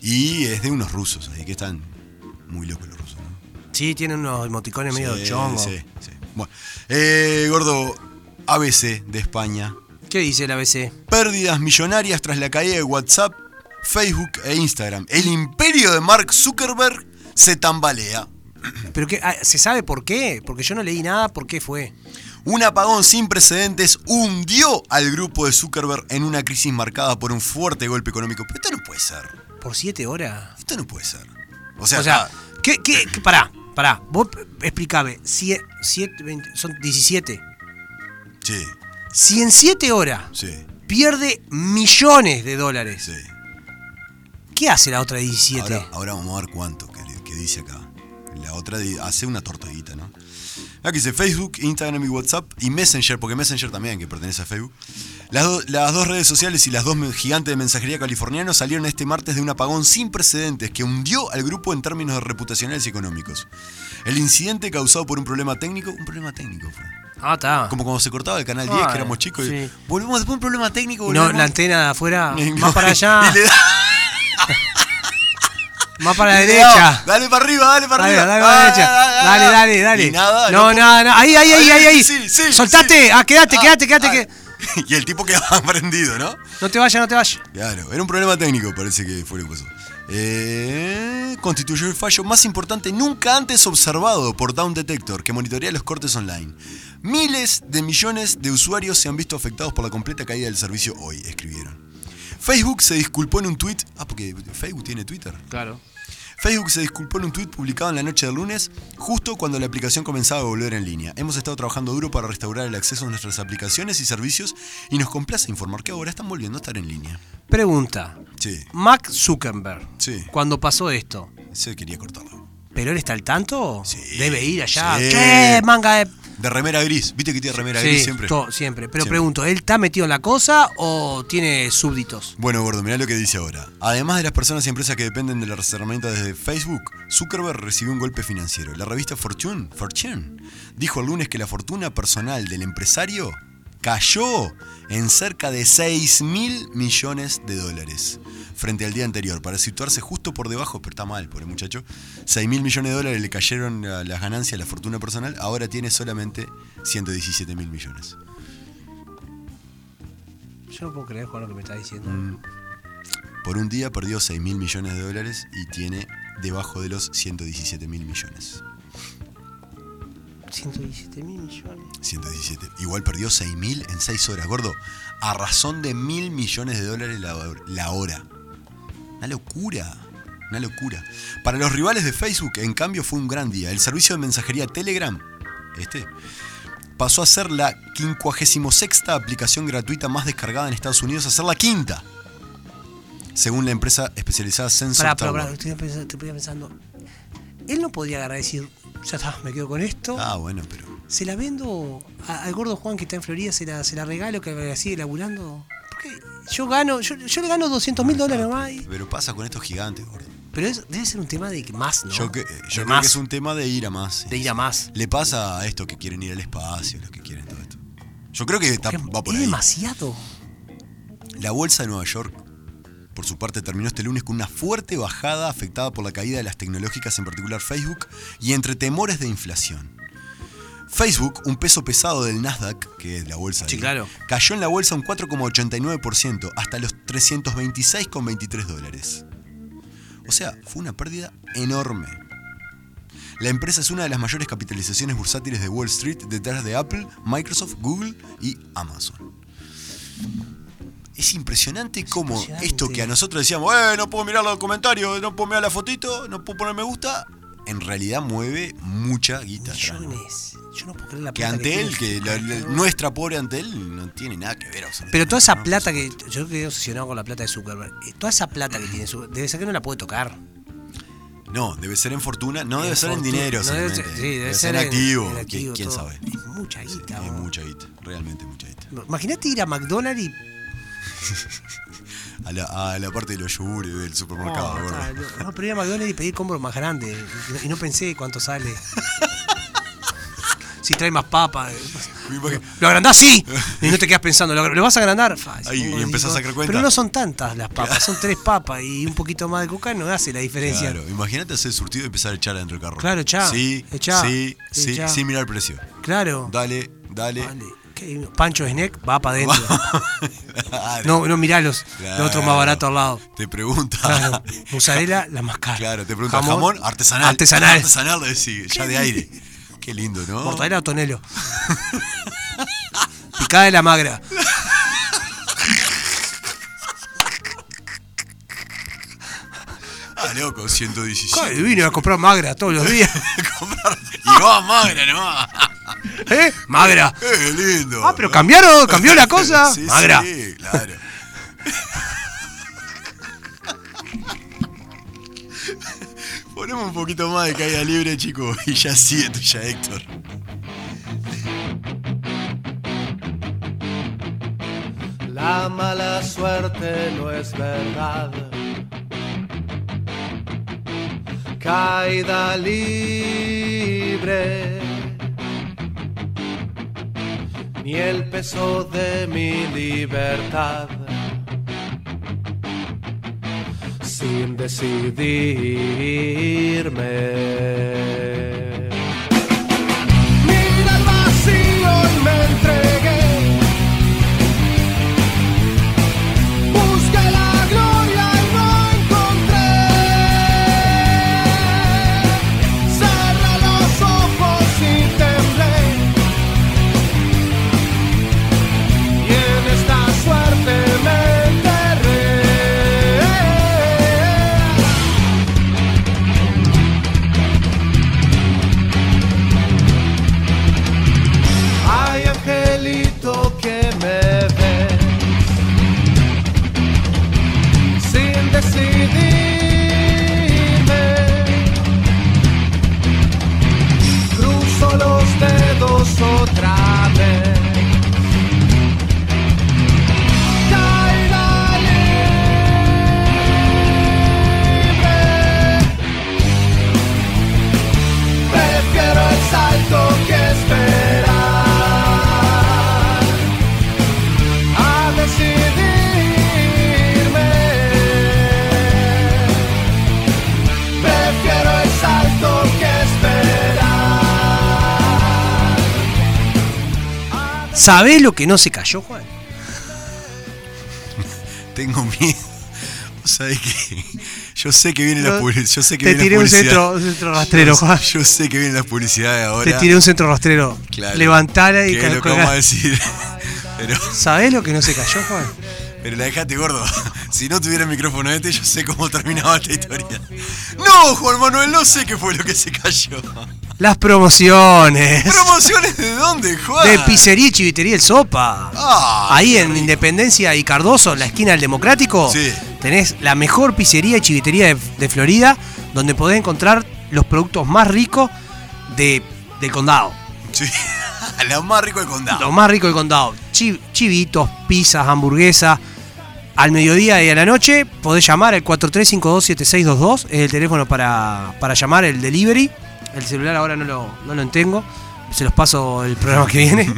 S5: Y es de unos rusos, ahí que están muy locos los rusos. ¿no?
S4: Sí, tiene unos emoticones medio
S5: Sí,
S4: chongos.
S5: sí, sí. Bueno, eh, gordo, ABC de España.
S4: ¿Qué dice la ABC?
S5: Pérdidas millonarias tras la caída de WhatsApp, Facebook e Instagram. El imperio de Mark Zuckerberg se tambalea.
S4: ¿Pero qué, ah, se sabe por qué? Porque yo no leí nada por qué fue.
S5: Un apagón sin precedentes hundió al grupo de Zuckerberg en una crisis marcada por un fuerte golpe económico. Pero esto no puede ser.
S4: ¿Por siete horas?
S5: Esto no puede ser. O sea,
S4: o sea, ¿qué, qué, qué- pará, pará. Vos explícame, sie- siete, veinte, son 17.
S5: sí,
S4: Si en 7 horas
S5: sí,
S4: pierde millones de dólares,
S5: sí.
S4: ¿qué hace la otra 17?
S5: Ahora, ahora vamos a ver cuánto que, que dice acá. La otra di- hace una tortadita, ¿no? Aquí dice Facebook, Instagram y WhatsApp y Messenger, porque Messenger también, que pertenece a Facebook. Las, do- las dos redes sociales y las dos me- gigantes de mensajería californianos salieron este martes de un apagón sin precedentes que hundió al grupo en términos reputacionales y económicos. El incidente causado por un problema técnico, un problema técnico fue.
S4: ah, está.
S5: Como cuando se cortaba el canal 10,
S4: Ah,
S5: que éramos chicos, y
S4: sí.
S5: volvemos después un problema técnico,
S4: Y no,
S5: volvemos.
S4: la antena de afuera,
S5: <laughs> Y-
S4: más para allá,
S5: <laughs> y le da-
S4: más para la
S5: Cuidado,
S4: derecha.
S5: Dale para arriba, dale para
S4: Dale,
S5: arriba.
S4: dale, para la derecha.
S5: Ah, ah,
S4: Dale,
S5: ah.
S4: dale, dale.
S5: Y nada,
S4: no,
S5: no- Ah,
S4: nada, nada. Ahí, ahí, ahí, ahí. ahí.
S5: Sí, sí,
S4: Soltate.
S5: sí.
S4: Ah, quédate,
S5: Ah,
S4: quédate, quédate.
S5: ah.
S4: Que...
S5: <laughs> Y el tipo quedaba prendido, ¿no?
S4: No te vayas, no te vayas.
S5: Claro, era un problema técnico, parece que fue lo que pasó. Eh, constituyó el fallo más importante nunca antes observado por Down Detector, que monitorea los cortes online. Miles de millones de usuarios se han visto afectados por la completa caída del servicio hoy, escribieron. Facebook se disculpó en un tweet. Ah, porque Facebook tiene Twitter.
S4: Claro.
S5: Facebook se disculpó en un tuit publicado en la noche del lunes, justo cuando la aplicación comenzaba a volver en línea. Hemos estado trabajando duro para restaurar el acceso a nuestras aplicaciones y servicios y nos complace informar que ahora están volviendo a estar en línea.
S4: Pregunta.
S5: Sí,
S4: Mark Zuckerberg,
S5: Sí.
S4: cuando pasó esto,
S5: se quería cortarlo.
S4: ¿pero él está al tanto?
S5: Sí.
S4: Debe ir allá.
S5: Sí.
S4: Che, manga de...
S5: De remera gris, viste que tiene remera
S4: Sí,
S5: gris siempre.
S4: siempre. siempre. Pero
S5: Siempre.
S4: pregunto, ¿él está metido en la cosa o tiene súbditos?
S5: Bueno, gordo, mirá lo que dice ahora. Además de las personas y empresas que dependen de las herramientas de Facebook, Zuckerberg recibió un golpe financiero. La revista Fortune, Fortune dijo el lunes que la fortuna personal del empresario cayó en cerca de 6 mil millones de dólares frente al día anterior, para situarse justo por debajo, pero está mal, pobre muchacho. 6 mil millones de dólares le cayeron a las ganancias, a la fortuna personal, ahora tiene solamente 117 mil millones.
S4: Yo no puedo creer con lo que me está diciendo.
S5: Mm. Por un día perdió 6 mil millones de dólares y tiene debajo de los 117 mil millones.
S4: 117 mil millones.
S5: 117. Igual perdió 6 mil en 6 horas, gordo. A razón de mil millones de dólares la, la hora. Una locura. Una locura. Para los rivales de Facebook, en cambio, fue un gran día. El servicio de mensajería Telegram, este, pasó a ser la 56 aplicación gratuita más descargada en Estados Unidos, a ser la quinta. Según la empresa especializada Sensor
S4: Pará, pará,
S5: Tower.
S4: pará, estoy pensando, te pensando. Él no podía agarrar y decir, ya está, me quedo con esto.
S5: Ah, bueno, pero.
S4: Se la vendo a- al gordo Juan que está en Florida, se la, se la regalo que la sigue laburando. Porque yo gano, yo, yo le gano 200
S5: Ah,
S4: mil dólares más. y-
S5: Pero pasa con estos gigantes, gordo.
S4: Pero es- debe ser un tema de que más, ¿no?
S5: Yo, que, eh, yo
S4: De
S5: creo
S4: más,
S5: que es un tema de ir a más.
S4: de ir a más.
S5: Le pasa a esto que quieren ir al espacio, los que quieren todo esto. Yo creo que está-
S4: Porque
S5: va por
S4: es
S5: ahí.
S4: demasiado.
S5: La bolsa de Nueva York Por su parte, terminó este lunes con una fuerte bajada afectada por la caída de las tecnológicas, en particular Facebook, y entre temores de inflación. Facebook, un peso pesado del Nasdaq, que es la bolsa, de
S4: Sí,
S5: ahí,
S4: claro.
S5: cayó en la bolsa un 4,89% hasta los 326,23 dólares. O sea, fue una pérdida enorme. La empresa es una de las mayores capitalizaciones bursátiles de Wall Street detrás de Apple, Microsoft, Google y Amazon. Es impresionante cómo esto que a nosotros decíamos, "Eh, no puedo mirar los comentarios, no puedo mirar la fotito, no puedo poner me gusta, en realidad mueve mucha guita. atrás, ¿no?
S4: Millones. Yo no puedo creer la
S5: Que
S4: plata
S5: Antel, que
S4: tiene. este
S5: la- la- nuestra pobre Antel no tiene nada que ver. absolutamente,
S4: Pero toda esa
S5: ¿no?
S4: plata que. Yo quedé obsesionado con la plata de Zuckerberg. Eh, Toda esa plata que tiene Zuckerberg. Debe ser que no la puede tocar.
S5: No, debe ser en fortuna, no
S4: En
S5: debe ser en
S4: fortuna.
S5: dinero.
S4: No debe
S5: solamente,
S4: ser- sí, debe
S5: en
S4: ser en-
S5: activo.
S4: en
S5: qui-
S4: activo,
S5: ¿Quién
S4: todo.
S5: sabe?
S4: Es mucha guita,
S5: es
S4: vos.
S5: mucha guita, realmente mucha guita.
S4: Imagínate ir a McDonald's y.
S5: A la, a la parte de los yogures del supermercado,
S4: Oh,
S5: gordo.
S4: está,
S5: <laughs>
S4: no, no, pero ir a McDonald's y pedir compro más grande. Y no pensé cuánto sale.
S5: <laughs>
S4: si trae más eh, papas.
S5: Me imagino-
S4: Lo agrandás, sí. Y no te quedas pensando, ¿lo, lo vas a agrandar? Fa,
S5: Ahí,
S4: supongo
S5: y
S4: que
S5: empezás
S4: sí,
S5: a
S4: son-
S5: sacar cuenta.
S4: Pero no son tantas las papas, son tres papas y un poquito más de coca no hace la diferencia.
S5: Claro, imagínate hacer surtido y empezar a echar adentro del carro.
S4: Claro, echá,
S5: Sí,
S4: echá,
S5: sí, sí,
S4: echá.
S5: sin mirar el precio.
S4: Claro.
S5: Dale, dale. <laughs>
S4: Vale. ¿Qué? Pancho Snack va para adentro.
S5: Claro,
S4: no, no mirá los, los otros más
S5: claro.
S4: baratos al lado.
S5: Te pregunta. <laughs>
S4: Claro. Mozzarella, la más cara.
S5: Claro, te pregunta jamón, Ah. artesanal.
S4: Artesanal.
S5: Artesanal, le decís, ya de aire. Qué lindo, ¿no?
S4: Mortadela o tonelo. Picada de la magra.
S5: Ah, loco, 117.
S4: Qué divino, a comprar magra todos los días.
S5: Comprar- Y va magra nomás.
S4: ¿Eh? Magra.
S5: <laughs> Qué lindo.
S4: Ah, pero cambiaron, cambió la cosa.
S5: Sí,
S4: magra.
S5: Sí, claro. <laughs> Ponemos un poquito más de caída libre, chicos. Y ya sigue tuya, Héctor.
S6: La mala suerte no es verdad. Caída libre. Ni el peso de mi libertad. Sin decidirme. Mira al vacío y me entregué. Busqué la gloria y no encontré. Cerré los ojos y temblé. Y en esta suerte me enterré. Ay, angelito que me ve sin decidirme. Cruzo los dedos otra vez. Caída libre. Prefiero el salto que esperar a decidirme. Prefiero el salto que esperar.
S4: ¿Sabés lo que no se cayó, Juan?
S5: Tengo miedo. ¿Sabes qué? Yo sé que viene la
S4: No,
S5: publicidad. Yo sé que
S4: te
S5: viene
S4: tiré
S5: la
S4: un
S5: publicidad.
S4: centro- un centro rastrero, Juan.
S5: Yo, yo sé que vienen las publicidades ahora.
S4: Te tiré un centro rastrero.
S5: Claro.
S4: Levantala y
S5: Que es lo que vamos a
S4: colgá.
S5: decir. <laughs> Pero,
S4: ¿Sabés lo que no se cayó, Juan?
S5: pero la dejaste gordo. <laughs> Si no tuviera el micrófono este, yo sé cómo terminaba esta historia. No, Juan Manuel, no sé qué fue lo que se cayó.
S4: Las promociones.
S5: ¿Promociones de dónde, Juan?
S4: De pizzería y chivitería El Sopa.
S5: Ah,
S4: Ahí en Independencia y Cardoso, en la esquina del Democrático,
S5: Sí.
S4: tenés la mejor pizzería y chivitería de, de Florida, donde podés encontrar los productos más ricos de, del condado.
S5: Sí, <laughs> la más rico del condado.
S4: Lo más rico del condado. Chi- chivitos, pizzas, hamburguesas. Al mediodía y a la noche podés llamar al 43527622. Es el teléfono para, para llamar el delivery. El celular ahora no lo, no lo tengo. se los paso el programa que viene.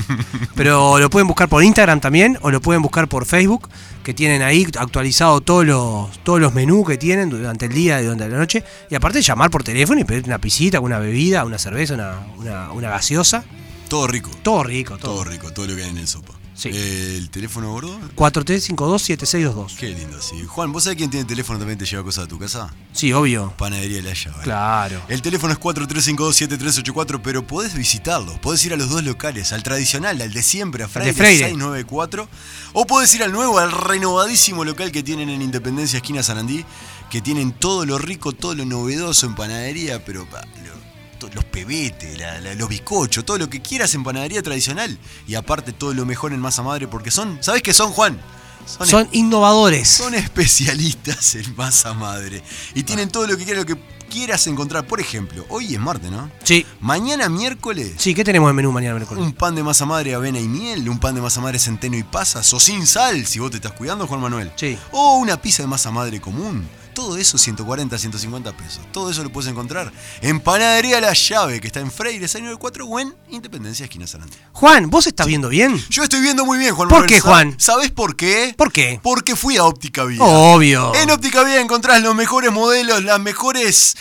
S4: Pero lo pueden buscar por Instagram también o lo pueden buscar por Facebook, que tienen ahí actualizado todos los, todos los menús que tienen durante el día y durante la noche. Y aparte llamar por teléfono y pedir una pisita, una bebida, una cerveza, una, una, una gaseosa.
S5: Todo rico.
S4: Todo rico, todo.
S5: Todo rico, todo lo que hay en el sopa.
S4: Sí.
S5: Eh, ¿El teléfono gordo?
S4: 4352-7622.
S5: Qué lindo, sí. Juan, ¿vos sabés quién tiene teléfono también te lleva cosas a tu casa?
S4: Sí, obvio.
S5: Panadería La Llave.
S4: Claro.
S5: El teléfono es 4352-7384, pero podés visitarlos, podés ir a los dos locales, al tradicional, al de siempre, a Freire,
S4: Freire.
S5: 694, o podés ir al nuevo, al renovadísimo local que tienen en Independencia, esquina Sarandí, que tienen todo lo rico, todo lo novedoso en panadería, pero pa, lo- to- los pebetes, la- la- los bizcochos, todo lo que quieras en panadería tradicional, y aparte todo lo mejor en masa madre, porque son, ¿sabés qué son, Juan? Son,
S4: Son innovadores.
S5: son especialistas en masa madre. Y
S4: Ah.
S5: tienen todo lo que quieras, lo que quieras encontrar. Por ejemplo, hoy es martes, ¿no?
S4: Sí.
S5: Mañana miércoles,
S4: Sí, ¿qué tenemos en menú mañana miércoles?
S5: un pan de masa madre, avena y miel, un pan de masa madre centeno y pasas, o sin sal, si vos te estás cuidando, Juan Manuel.
S4: Sí.
S5: O una pizza de masa madre común. Todo eso 140, 150 pesos. Todo eso lo puedes encontrar en Panadería La Llave, que está en Freire 694 o en Independencia, esquina Sarandí.
S4: Juan, ¿vos estás viendo bien?
S5: Yo estoy viendo muy bien, Juan
S4: ¿Por
S5: Manuel.
S4: qué,
S5: ¿Sab-
S4: Juan?
S5: ¿Sabés por qué?
S4: ¿Por qué? Oh.
S5: Porque fui a Óptica Vida.
S4: Obvio.
S5: En Óptica Vida encontrás los mejores modelos, las mejores.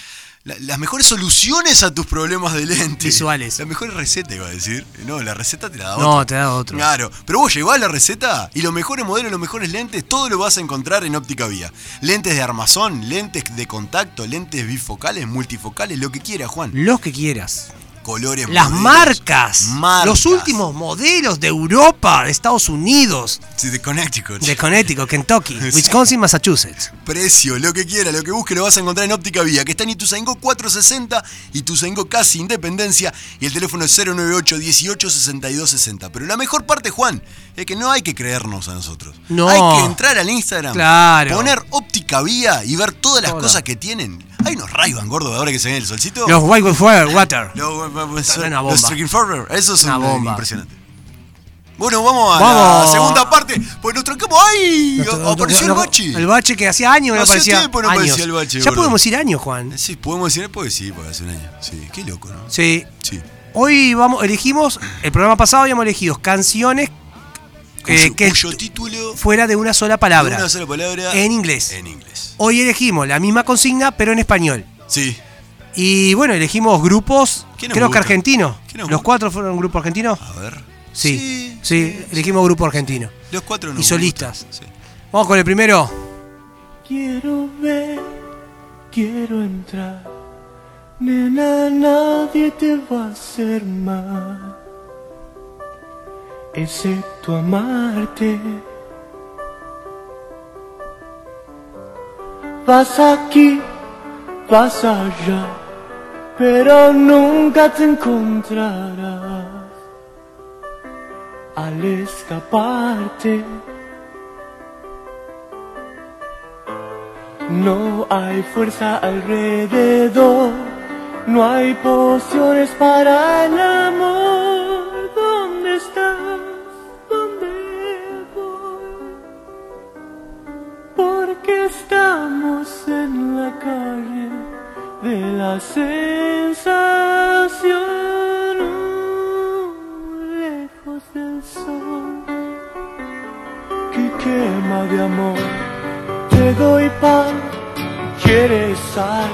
S5: la- Las mejores soluciones a tus problemas de lente.
S4: Visuales.
S5: Las mejores recetas, iba a decir. No, la receta te la da
S4: No,
S5: otro.
S4: te da otro.
S5: Claro. Pero vos llevás la receta y los mejores modelos, los mejores lentes, todo lo vas a encontrar en Óptica Vía. Lentes de armazón, lentes de contacto, lentes bifocales, multifocales, lo que quiera, Juan.
S4: Los que quieras.
S5: Colores,
S4: Las
S5: modelos,
S4: marcas,
S5: marcas.
S4: Los últimos modelos de Europa, de Estados Unidos,
S5: Sí, de Connecticut.
S4: de Connecticut, Kentucky,
S5: Sí.
S4: Wisconsin, Massachusetts.
S5: precio, lo que quiera, lo que busque lo vas a encontrar en Óptica Vía, que está en Ituzaingó 460, Ituzaingó casi Independencia y el teléfono es 098 18 62 60. Pero la mejor parte, Juan, es que no hay que creernos a nosotros.
S4: No.
S5: Hay que entrar al Instagram,
S4: Claro.
S5: poner Óptica Vía y ver todas las
S4: Hola.
S5: cosas que tienen. Hay unos Ray-Ban gordos ahora que se ve el solcito.
S4: Los White Water. Water.
S5: Los, los,
S4: Una bomba.
S5: los Tracking Forward, eso es
S4: Una
S5: un-
S4: bomba.
S5: impresionante. Bueno, vamos a la
S4: Vamos.
S5: segunda parte. Pues nos trancamos. ¡Ay!
S4: Nuestro-
S5: Apareció el
S4: nuestro-
S5: bachi.
S4: El bache que hacía años no
S5: Hacía
S4: aparecía.
S5: tiempo no
S4: años.
S5: aparecía el bache,
S4: ya
S5: gordo.
S4: podemos ir años, Juan.
S5: Sí, podemos decir, pues sí, porque hace un año. Sí, qué loco, ¿no?
S4: Sí.
S5: Sí.
S4: Hoy vamos, elegimos, el programa pasado habíamos elegido canciones eh,
S5: cuyo,
S4: que
S5: cuyo título fue
S4: fuera de una sola palabra.
S5: una sola palabra.
S4: En inglés.
S5: En inglés.
S4: Hoy elegimos la misma consigna, pero en español.
S5: Sí.
S4: Y bueno, elegimos grupos,
S5: ¿Qué
S4: creo
S5: nos
S4: que
S5: gusta?
S4: argentinos.
S5: ¿Qué nos
S4: ¿Los
S5: gusta?
S4: cuatro fueron grupo argentino?
S5: A ver.
S4: Sí, sí, elegimos grupo argentino.
S5: Los cuatro no.
S4: Y solistas.
S5: Sí.
S4: Vamos con el primero.
S7: Quiero ver, quiero entrar. Nena, nadie te va a hacer mal. Excepto amarte. Vas aquí, vas allá, pero nunca te encontrarás. Al escaparte. No hay fuerza alrededor, no hay pociones para el amor. ¿Dónde estás? ¿Dónde voy? Porque estamos en la calle de la sensación, uh, lejos del sol que quema de amor te doy pan, quieres sal,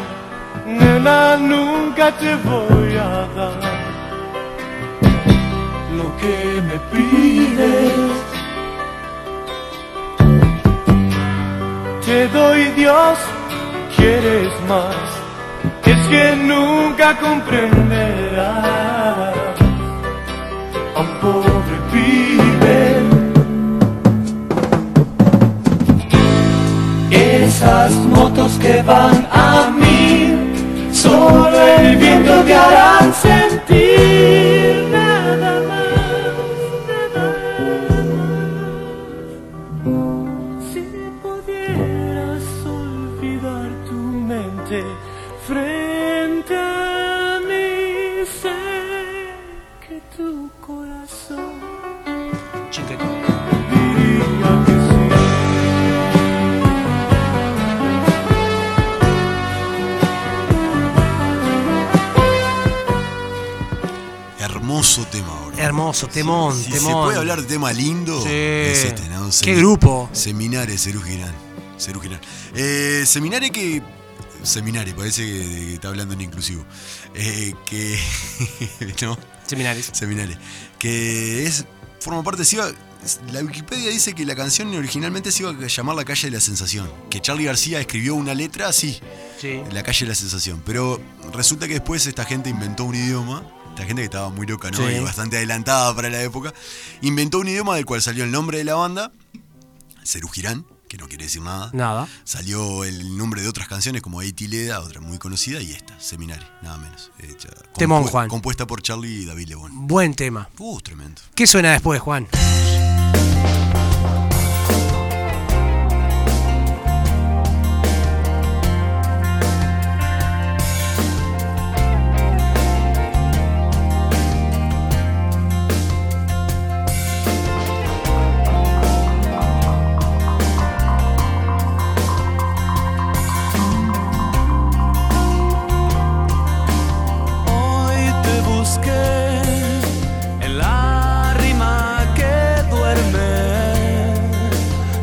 S7: nena nunca te voy a dar lo que me pides. Te doy Dios, quieres más, es que nunca comprenderás a un pobre pibe. Esas motos que van a mí, solo el viento te harán sentir nada más, nada más. Si pudieras olvidar tu mente frente a mí, sé que tu corazón diría que sí.
S5: hermoso tema ahora.
S4: Hermoso, temón,
S5: Si se
S4: temón.
S5: puede hablar de tema lindo,
S4: Sí.
S5: es este, ¿no?
S4: Qué
S5: Semi-
S4: grupo.
S5: Seminare, Cerú Girán. Cerú Girán. Eh, seminare que. Seminare, parece que, que está hablando en inclusivo. Eh, que. <laughs> ¿No?
S4: Seminares.
S5: Seminare. Que es. Forma parte. se iba- la Wikipedia dice que la canción originalmente se iba a llamar La calle de la sensación. Que Charlie García escribió una letra así.
S4: Sí.
S5: La calle de la sensación. Pero resulta que después esta gente inventó un idioma. Esta gente que estaba muy loca, ¿no?
S4: Sí.
S5: Y bastante adelantada para la época. Inventó un idioma del cual salió el nombre de la banda, Cerú Girán, que no quiere decir nada.
S4: Nada.
S5: Salió el nombre de otras canciones como Haití Leda, otra muy conocida, y esta, Seminare, nada menos. Hecha-
S4: Temón,
S5: compu-
S4: Juan.
S5: Compuesta por Charlie y David Lebón.
S4: Buen tema.
S5: Uh, tremendo.
S4: ¿Qué suena después, Juan?
S7: Hoy te busqué en la rima que duerme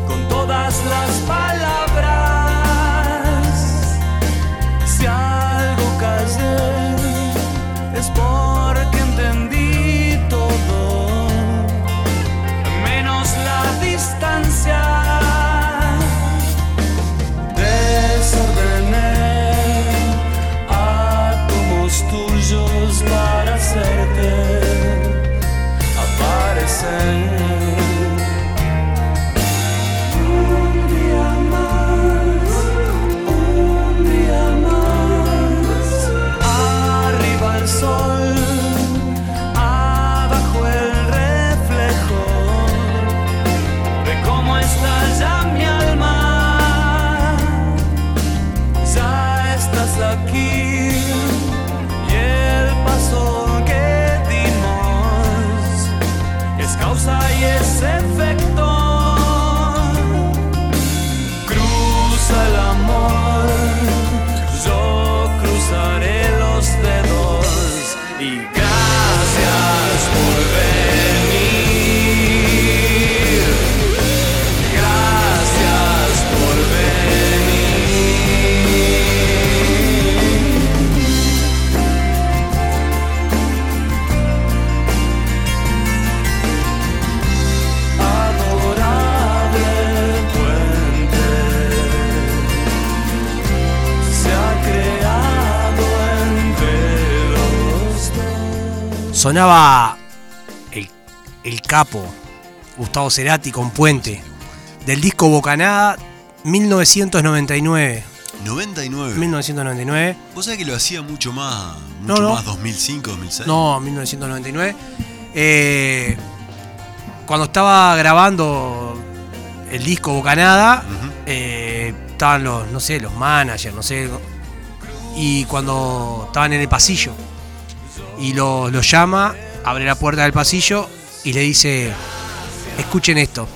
S7: con todas las palabras. Si algo callé es porque entendí todo, menos la distancia. Desordené átomos tuyos para hacerte aparecer. Un día más, un día más, arriba el sol, abajo el reflejo de cómo está ya mi alma. Ya estás aquí y el paso que dimos es causa y es efecto. Cruza el amor, yo cruzaré los dedos y gracias por venir. Gracias por adorable puente se ha creado entre los
S4: Sonaba el, el capo, Gustavo Cerati con Puente, del disco Bocanada 1999.
S5: 99.
S4: 1999.
S5: Vos sabés que lo hacía mucho más,
S4: No,
S5: mucho
S4: no.
S5: más 2005, 2006.
S4: No, 1999. Eh, cuando estaba grabando el disco Bocanada, eh, estaban los, no sé, los managers, no sé. Y cuando estaban en el pasillo y lo, lo llama, abre la puerta del pasillo y le dice, escuchen esto.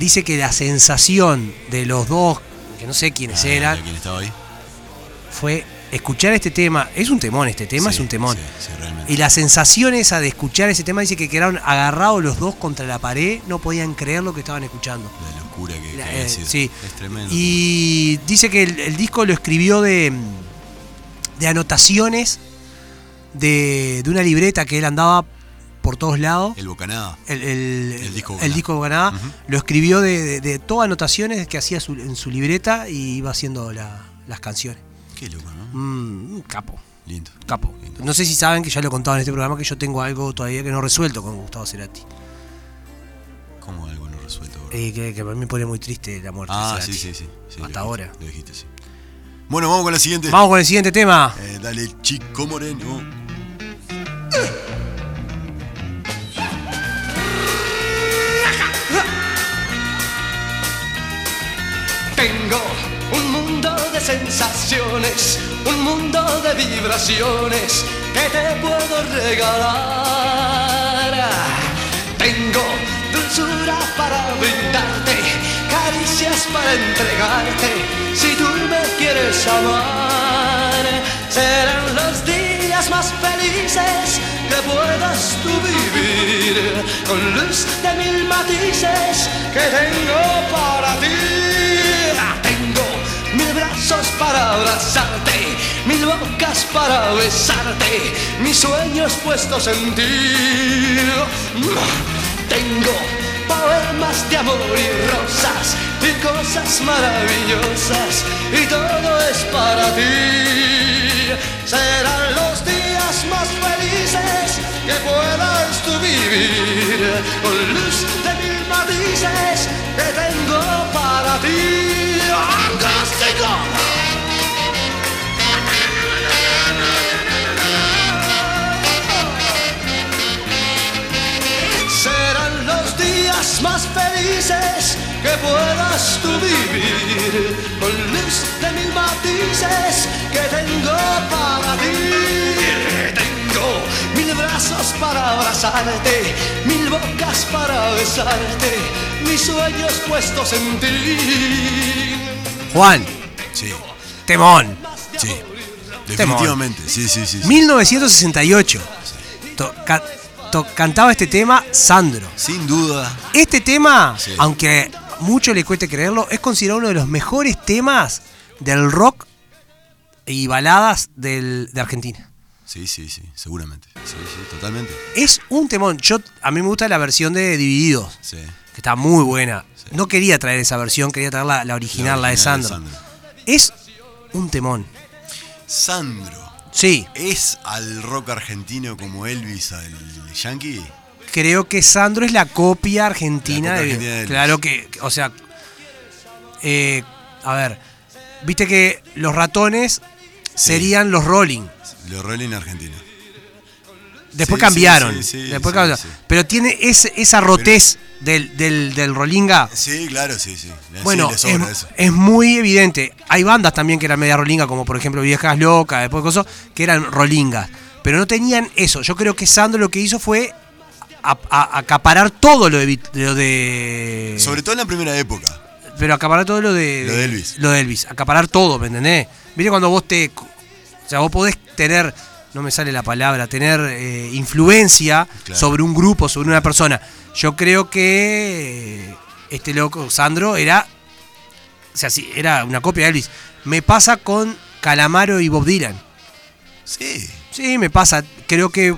S4: Dice que la sensación de los dos, que no sé quiénes eran,
S5: ¿Quién Ah, estaba ahí?
S4: fue escuchar este tema. Es un temón este tema, es
S5: Sí,
S4: un temón.
S5: sí, sí, realmente.
S4: Y la sensación esa de escuchar ese tema dice que quedaron agarrados los dos contra la pared, no podían creer lo que estaban escuchando.
S5: La locura que, que
S4: La-
S5: había
S4: eh,
S5: sido.
S4: sí.
S5: Es tremendo.
S4: Y dice que el, el disco lo escribió de, de anotaciones de, de una libreta que él andaba por todos lados.
S5: El Bocanada.
S4: El, el-
S5: el disco
S4: el
S5: Bocanada.
S4: disco Bocanada lo escribió de, de, de todas anotaciones que hacía su- en su libreta y iba haciendo la- las canciones.
S5: Qué loco, ¿no?
S4: Mm, un capo.
S5: Lindo.
S4: Capo.
S5: Lindo.
S4: No sé si saben que ya lo he contado en este programa que yo tengo algo todavía que no resuelto con Gustavo Cerati.
S5: Como algo no resuelto. bro?
S4: Eh, que, que para mí me pone muy triste la muerte.
S5: ah,
S4: de Cerati.
S5: sí, sí, sí. sí, lo dijiste,
S4: ahora.
S5: Lo dijiste, sí. Bueno, vamos con la siguiente.
S4: Vamos con el siguiente tema.
S5: Eh, dale, chico moreno.
S6: Tengo un mundo de sensaciones, un mundo de vibraciones que te puedo regalar. Tengo dulzura para brindarte, caricias para entregarte. Si tú me quieres amar, serán los días más felices que
S8: puedas tú vivir con luz de mil matices que tengo para ti. Ah, Tengo mil brazos para abrazarte, mil bocas para besarte, mis sueños puestos en ti. Mm, Tengo poemas de amor y rosas y cosas maravillosas y todo es para ti. Serán los días más felices que puedas tú vivir con luz de mil matices que tengo para ti. ¡Fantástico! Serán los días más felices que puedas tú vivir con luz de mil matices que tengo para ti. Tengo mil brazos para abrazarte, mil bocas para besarte, mis sueños puestos en ti.
S4: Juan,
S5: Sí,
S4: temón.
S5: sí. Definitivamente, sí, sí, sí. sí.
S4: 1968. To- ca- to- cantaba este tema Sandro.
S5: Sin duda.
S4: Este tema,
S5: Sí.
S4: aunque mucho le cueste creerlo, es considerado uno de los mejores temas del rock y baladas del- de Argentina.
S5: Sí, sí, sí, seguramente. Sí, sí, totalmente.
S4: Es un temón. Yo, a mí me gusta la versión de Divididos,
S5: Sí.
S4: que está muy buena. No quería traer esa versión, quería traer la, la original, la de
S5: original
S4: Sandro. Es un temón.
S5: Sandro,
S4: Sí,
S5: ¿es al rock argentino como Elvis al Yankee?
S4: creo que Sandro es la copia argentina,
S5: La copia
S4: de-
S5: argentina de
S4: Claro que, o sea, eh, a ver, viste que los ratones serían los Rolling.
S5: Lo Rolling argentino.
S4: Después
S5: Sí, sí,
S4: cambiaron.
S5: sí, sí,
S4: después
S5: sí,
S4: cambiaron.
S5: sí.
S4: Pero tiene ese- esa rotez del, del, del Rolinga.
S5: Sí, claro, sí, sí. Le-
S4: Bueno,
S5: sí, le sobra
S4: es,
S5: eso.
S4: es muy evidente. Hay bandas también que eran media Rolinga, como por ejemplo Viejas Locas, después cosas, que eran Rolingas. Pero no tenían eso. Yo creo que Sandro lo que hizo fue a- a- acaparar todo lo de, Vit- lo de-
S5: Sobre todo en la primera época.
S4: Pero acaparar todo lo de.
S5: Lo de Elvis.
S4: Lo de Elvis. Acaparar todo, ¿me entendés? Viste cuando vos te. O sea, vos podés tener. No me sale la palabra. Tener eh, influencia
S5: Claro.
S4: sobre un grupo, sobre una persona. Yo creo que. eh, Este loco, Sandro, era. O sea, sí, era una copia de Elvis. Me pasa con Calamaro y Bob Dylan.
S5: Sí.
S4: Sí, me pasa. Creo que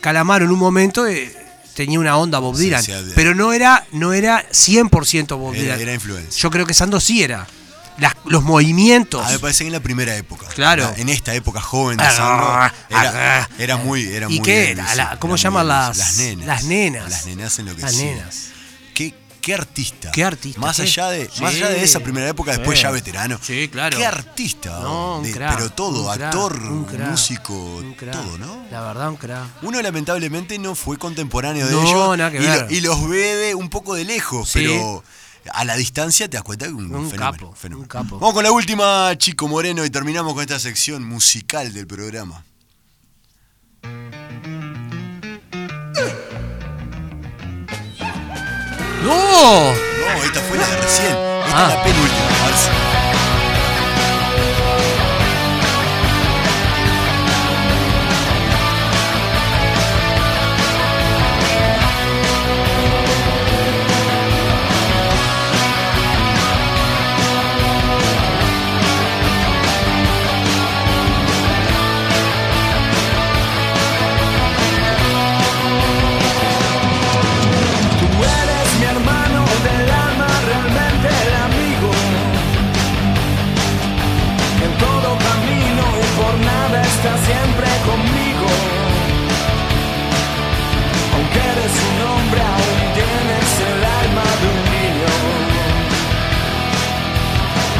S4: Calamaro en un momento. eh, Tenía una onda Bob
S5: Sí,
S4: Dylan,
S5: sí, había-
S4: pero no era, no era 100% Bob
S5: Era,
S4: Dylan.
S5: era influencia.
S4: Yo creo que Sandro sí era. Las- los movimientos.
S5: A mí me parece que en la primera época.
S4: Claro.
S5: En esta época joven de
S4: Ah,
S5: Sandro. Era,
S4: ah,
S5: era muy. Era
S4: ¿Y
S5: muy
S4: qué?
S5: Elvis,
S4: A la-
S5: sí,
S4: ¿Cómo
S5: era
S4: se llama
S5: muy Elvis.
S4: las-
S5: Las nenas.
S4: las nenas?
S5: Las nenas en lo que
S4: Las nenas.
S5: ¿Qué, qué artista.
S4: Qué artista,
S5: Más,
S4: qué-
S5: Allá de, más
S4: Sí.
S5: allá de esa primera época, después
S4: Sí.
S5: ya veterano.
S4: Sí, claro.
S5: Qué artista.
S4: No, un
S5: de-
S4: crack,
S5: pero todo,
S4: un crack,
S5: actor,
S4: un crack,
S5: músico,
S4: un crack.
S5: todo, ¿no?
S4: La verdad, un crack.
S5: Uno lamentablemente no fue contemporáneo de
S4: No,
S5: ellos
S4: nada que
S5: y, lo-
S4: ver.
S5: y los ve de un poco de lejos,
S4: Sí.
S5: pero a la distancia te das cuenta que un,
S4: Un
S5: fenómeno,
S4: capo,
S5: fenómeno.
S4: un capo.
S5: Vamos con la última, Chico Moreno, y terminamos con esta sección musical del programa.
S4: ¡No!
S5: No, esta fue la de recién. Esta
S4: Ah.
S5: es la penúltima. A ver si-
S8: Tú eres mi hermano del alma, realmente el amigo. En todo camino y por nada está siempre conmigo. Aunque eres un hombre, aún tienes el alma de un niño.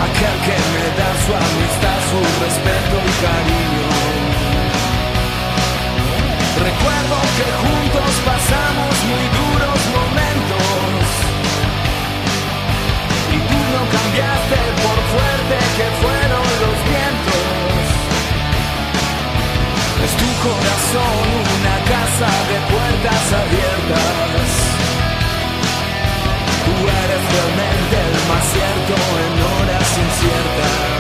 S8: Aquel que me da su amistad, su respeto y cariño. Recuerdo que juntos pasamos muy duros momentos Y tú no cambiaste por fuerte que fueron los vientos Es tu corazón una casa de puertas abiertas Tú eres realmente el más cierto en horas inciertas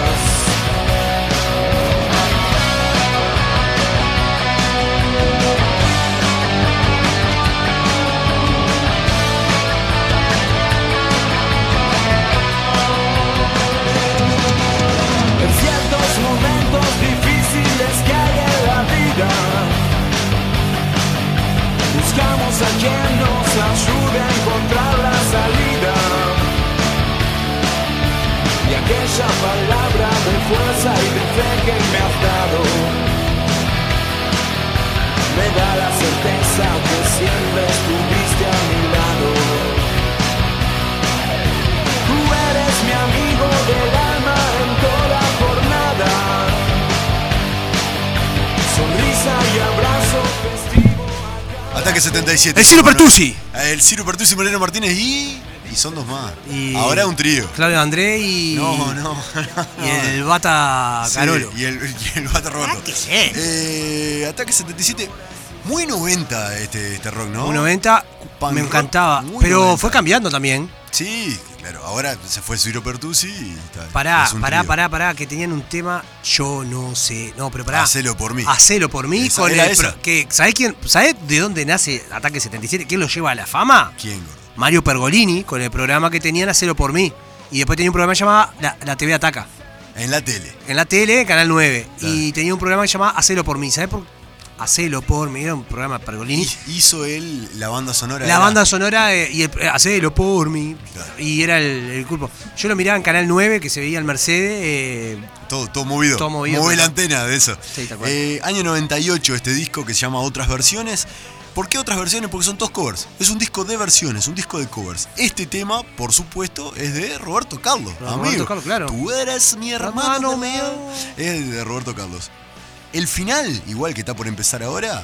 S9: palabra de fuerza y de fe que me has dado. Me da la certeza que siempre estuviste a mi lado. Tú eres mi amigo del alma en toda jornada. Sonrisa y abrazo festivo.
S5: Ataque 77.
S4: El Ciro Pertusi.
S5: El Ciro Pertusi, Mariano Martínez y. Y son dos más.
S4: Y-
S5: Ahora un trío.
S4: Claudio André y.
S5: No, no.
S4: Y el Bata
S5: <laughs> Sí,
S4: Carolo.
S5: y el, y el Bata Roberto.
S4: Ah, qué sé.
S5: Eh, Ataque 77. Muy 90 este, este rock, ¿no?
S4: Un 90,
S5: Punk
S4: me
S5: rock
S4: encantaba.
S5: muy
S4: Pero
S5: 90.
S4: fue cambiando también.
S5: Sí, claro. Ahora se fue Ciro Pertusi y está.
S4: Pará,
S5: es un
S4: pará,
S5: trío.
S4: pará, pará, que tenían un tema, yo no sé. No, pero pará.
S5: Hacelo por mí.
S4: Hacelo por mí
S5: Esa,
S4: con
S5: era
S4: el.
S5: esa.
S4: pro- Que, ¿sabés, quién, ¿Sabés de dónde nace Ataque 77? ¿Quién lo lleva a la fama?
S5: ¿Quién, gordo?
S4: Mario Pergolini, con el programa que tenían Hacelo por mí. Y después tenía un programa llamado La, la TV Ataca.
S5: En la tele.
S4: En la tele, Canal 9.
S5: Claro.
S4: Y tenía un programa que llamaba Hacelo por mí. ¿Sabés por Hacelo por mí? Era un programa de Pergolini.
S5: Hi- Hizo él la banda sonora.
S4: La
S5: era-
S4: banda sonora eh, y el, eh, Hacelo por mí.
S5: Claro.
S4: Y era el, el culpo. Yo lo miraba en Canal 9, que se veía el Mercedes. eh,
S5: Todo, todo movido.
S4: Todo movido,
S5: Mueve
S4: claro.
S5: la antena de eso.
S4: Sí, tal cual.
S5: Eh, año 98, este disco que se llama Otras Versiones. ¿Por qué otras versiones? Porque son todos covers. Es un disco de versiones, un disco de covers. Este tema, por supuesto, es de Roberto Carlos.
S4: Roberto
S5: amigo.
S4: Carlos, claro.
S5: Tú eres mi hermano,
S4: Hermano
S5: mío. Es de Roberto Carlos. El final, igual que está por empezar ahora,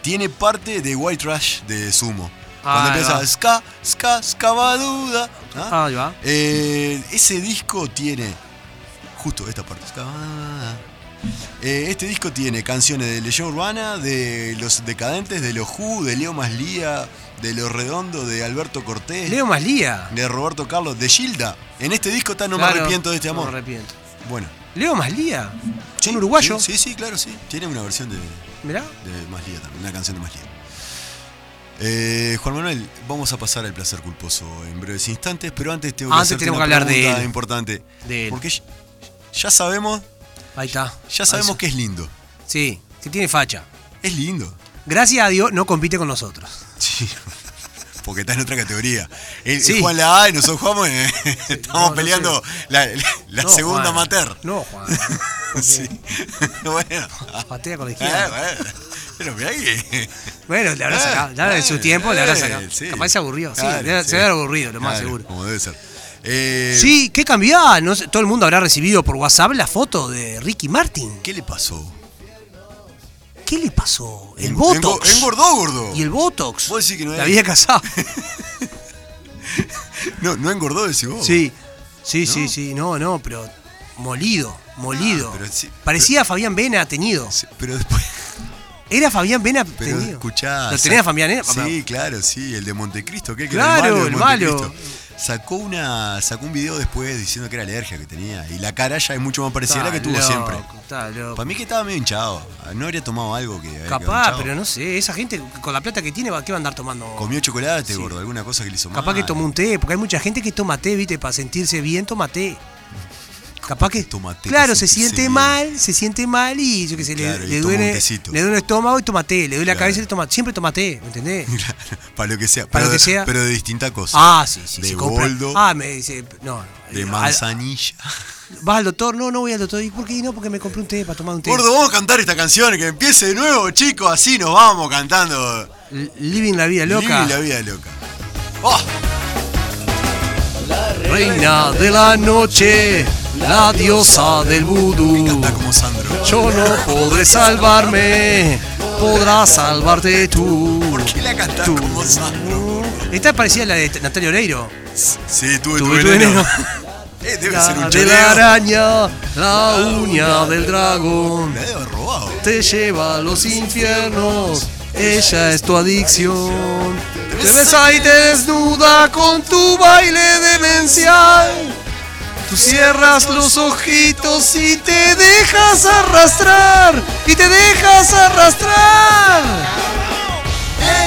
S5: tiene parte de White Trash de Sumo. Cuando
S4: Ah, ahí
S5: empieza
S4: va.
S5: ska, ska, skabaduda. ¿ah?
S4: ahí va.
S5: Eh, ese disco tiene. Justo esta parte. Ah. Eh, este disco tiene canciones de Leyenda Urbana, de Los Decadentes, de Los Who, de Leo Maslía, de Los Redondo, de Alberto Cortés,
S4: Leo Maslía.
S5: de Roberto Carlos, de Gilda. En este disco está No me
S4: Claro,
S5: arrepiento de este
S4: No me
S5: amor.
S4: arrepiento.
S5: bueno,
S4: Leo Maslía. un uruguayo.
S5: Sí, sí, claro, sí. Tiene una versión de, de
S4: Mirá.
S5: Maslía también, una canción de Maslía. Eh, Juan Manuel, vamos a pasar al placer culposo en breves instantes, pero antes tengo que
S4: Antes
S5: hacerte
S4: tenemos
S5: una
S4: que hablar de
S5: pregunta
S4: él.
S5: importante.
S4: De él.
S5: Porque ya- ya sabemos,
S4: Ahí está.
S5: ya sabemos
S4: Ahí
S5: que es lindo.
S4: está. Sí, que tiene facha.
S5: Es lindo.
S4: Gracias a Dios no compite con nosotros.
S5: Sí. <laughs> Porque está en otra categoría. Él, él
S4: Sí.
S5: juega en la A y nosotros jugamos
S4: <laughs>
S5: en- <laughs> estamos
S4: no, no
S5: peleando la, la- la
S4: No,
S5: segunda
S4: Juan.
S5: amateur.
S4: No, Juan.
S5: <laughs> Sí. bueno. <laughs>
S4: Patea con la izquierda.
S5: Eh, bueno. Pero mirá que.
S4: Bueno, le habrá
S5: Eh,
S4: sacado. Ya en su
S5: eh,
S4: tiempo le habrá
S5: eh,
S4: sacado.
S5: sí.
S4: Capaz se aburrió. Sí,
S5: Claro,
S4: le-
S5: sí.
S4: se habrá aburrido, lo más
S5: Claro,
S4: seguro.
S5: Como debe ser. Eh,
S4: Sí, qué cambiada. No sé, todo el mundo habrá recibido por WhatsApp la foto de Ricky Martin.
S5: ¿Qué le pasó?
S4: ¿Qué le pasó? El
S5: Engo-
S4: Botox.
S5: Engordó, gordo.
S4: Y el Botox.
S5: Vos decís que no
S4: La
S5: es. <laughs>
S4: había casado.
S5: No, no engordó, decís vos.
S4: Sí, sí, sí, sí, no, no, pero molido, molido.
S5: Ah, pero sí,
S4: Parecía Fabián Vena teñido.
S5: Sí, Pero
S4: <laughs>
S5: después.
S4: Era Fabián Vena
S5: Pero
S4: teñido.
S5: escuchá.
S4: ¿Lo
S5: sa-
S4: tenía Fabián Vena?
S5: Sí, claro, sí, el de Montecristo, aquel que
S4: Claro,
S5: era el
S4: el
S5: malo. de
S4: malo.
S5: Montecristo. Sacó, una, sacó un video después diciendo que era alergia que tenía. Y la cara ya es mucho más parecida a la que tuvo siempre.
S4: Está loco.
S5: Para mí que estaba medio hinchado. No habría tomado algo que. había quedado
S4: Capaz,
S5: hinchado.
S4: pero no sé, esa gente con la plata que tiene, ¿qué va a andar tomando?
S5: Comió chocolate,
S4: Sí.
S5: gordo, alguna cosa que le hizo mal.
S4: Capaz que tomó un té, porque hay mucha gente que toma té, viste, para sentirse bien, toma té. Capaz que.
S5: toma té
S4: claro,
S5: para
S4: se
S5: sentirse
S4: siente
S5: bien?
S4: mal, se siente mal y yo qué sé, le-
S5: Claro, y toma
S4: le,
S5: un
S4: duele,
S5: tecito.
S4: le duele el estómago y toma té, le duele la
S5: Claro.
S4: cabeza y le toma. Siempre toma té,
S5: <laughs>
S4: ¿me entendés?
S5: Para lo que sea. pero
S4: Para lo que
S5: de-
S4: sea.
S5: Pero de distinta cosa.
S4: Ah, sí, sí.
S5: De
S4: sí, compra-
S5: boldo.
S4: Ah, me dice, no.
S5: de
S4: Al-
S5: manzanilla.
S4: Vas al doctor, no, no voy al doctor. ¿Y por qué no? Porque me compré un té para tomar un té.
S5: Gordo, vamos a cantar esta canción, que empiece de nuevo, chicos, así nos vamos cantando.
S4: L- Living la vida loca.
S5: Living la vida loca. ¡Oh!
S4: Reina de la noche, la diosa del vudú.
S5: Canta como Sandro.
S4: Yo no podré salvarme, podrás salvarte tú.
S5: ¿Por qué la cantás
S4: Tú.
S5: como Sandro?
S4: Esta parecía a la de Natalia Oreiro.
S5: Sí, tuve, tu
S4: Tuve tu
S5: veneno.
S4: veneno.
S5: <laughs> Eh, debe ser
S4: La
S5: un
S4: de la
S5: choreo.
S4: araña, la uña del dragón.
S5: Me debe haber robado.
S4: te lleva a los infiernos. Ella es tu adicción. Te besa y te desnuda con tu baile demencial. Tú cierras los ojitos y te dejas arrastrar. Y te dejas arrastrar.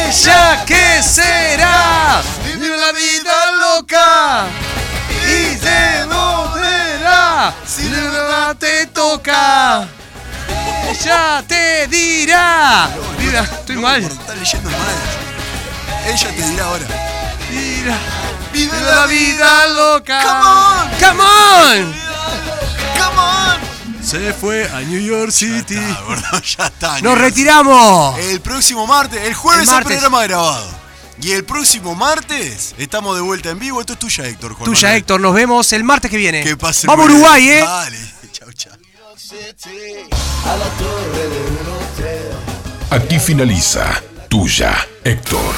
S4: Ella que será. Vive una vida loca. Y te dolerá si de verdad te toca. Ella te dirá. Mira, estoy mal.
S5: Gordo, Estás leyendo mal. Ella te dirá ahora.
S4: Mira, vive la vida loca. Come on.
S5: amor.
S4: Se fue a New York City.
S5: Ah, gordo, ya está.
S4: ¡Nos
S5: Nicolás.
S4: retiramos!
S5: El próximo martes, el jueves
S4: El
S5: hay
S4: martes.
S5: programa grabado. Y el próximo martes estamos de vuelta en vivo. Esto es tuya, Héctor. Juan
S4: Tuya,
S5: Manuel.
S4: Héctor. Nos vemos el martes que viene.
S5: Que pase
S4: Vamos,
S5: muy bien.
S4: Uruguay, ¿eh?
S5: Dale, <laughs> chau, chau.
S2: Aquí finaliza Tuya, Héctor.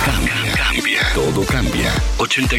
S1: Todo cambia. 89.3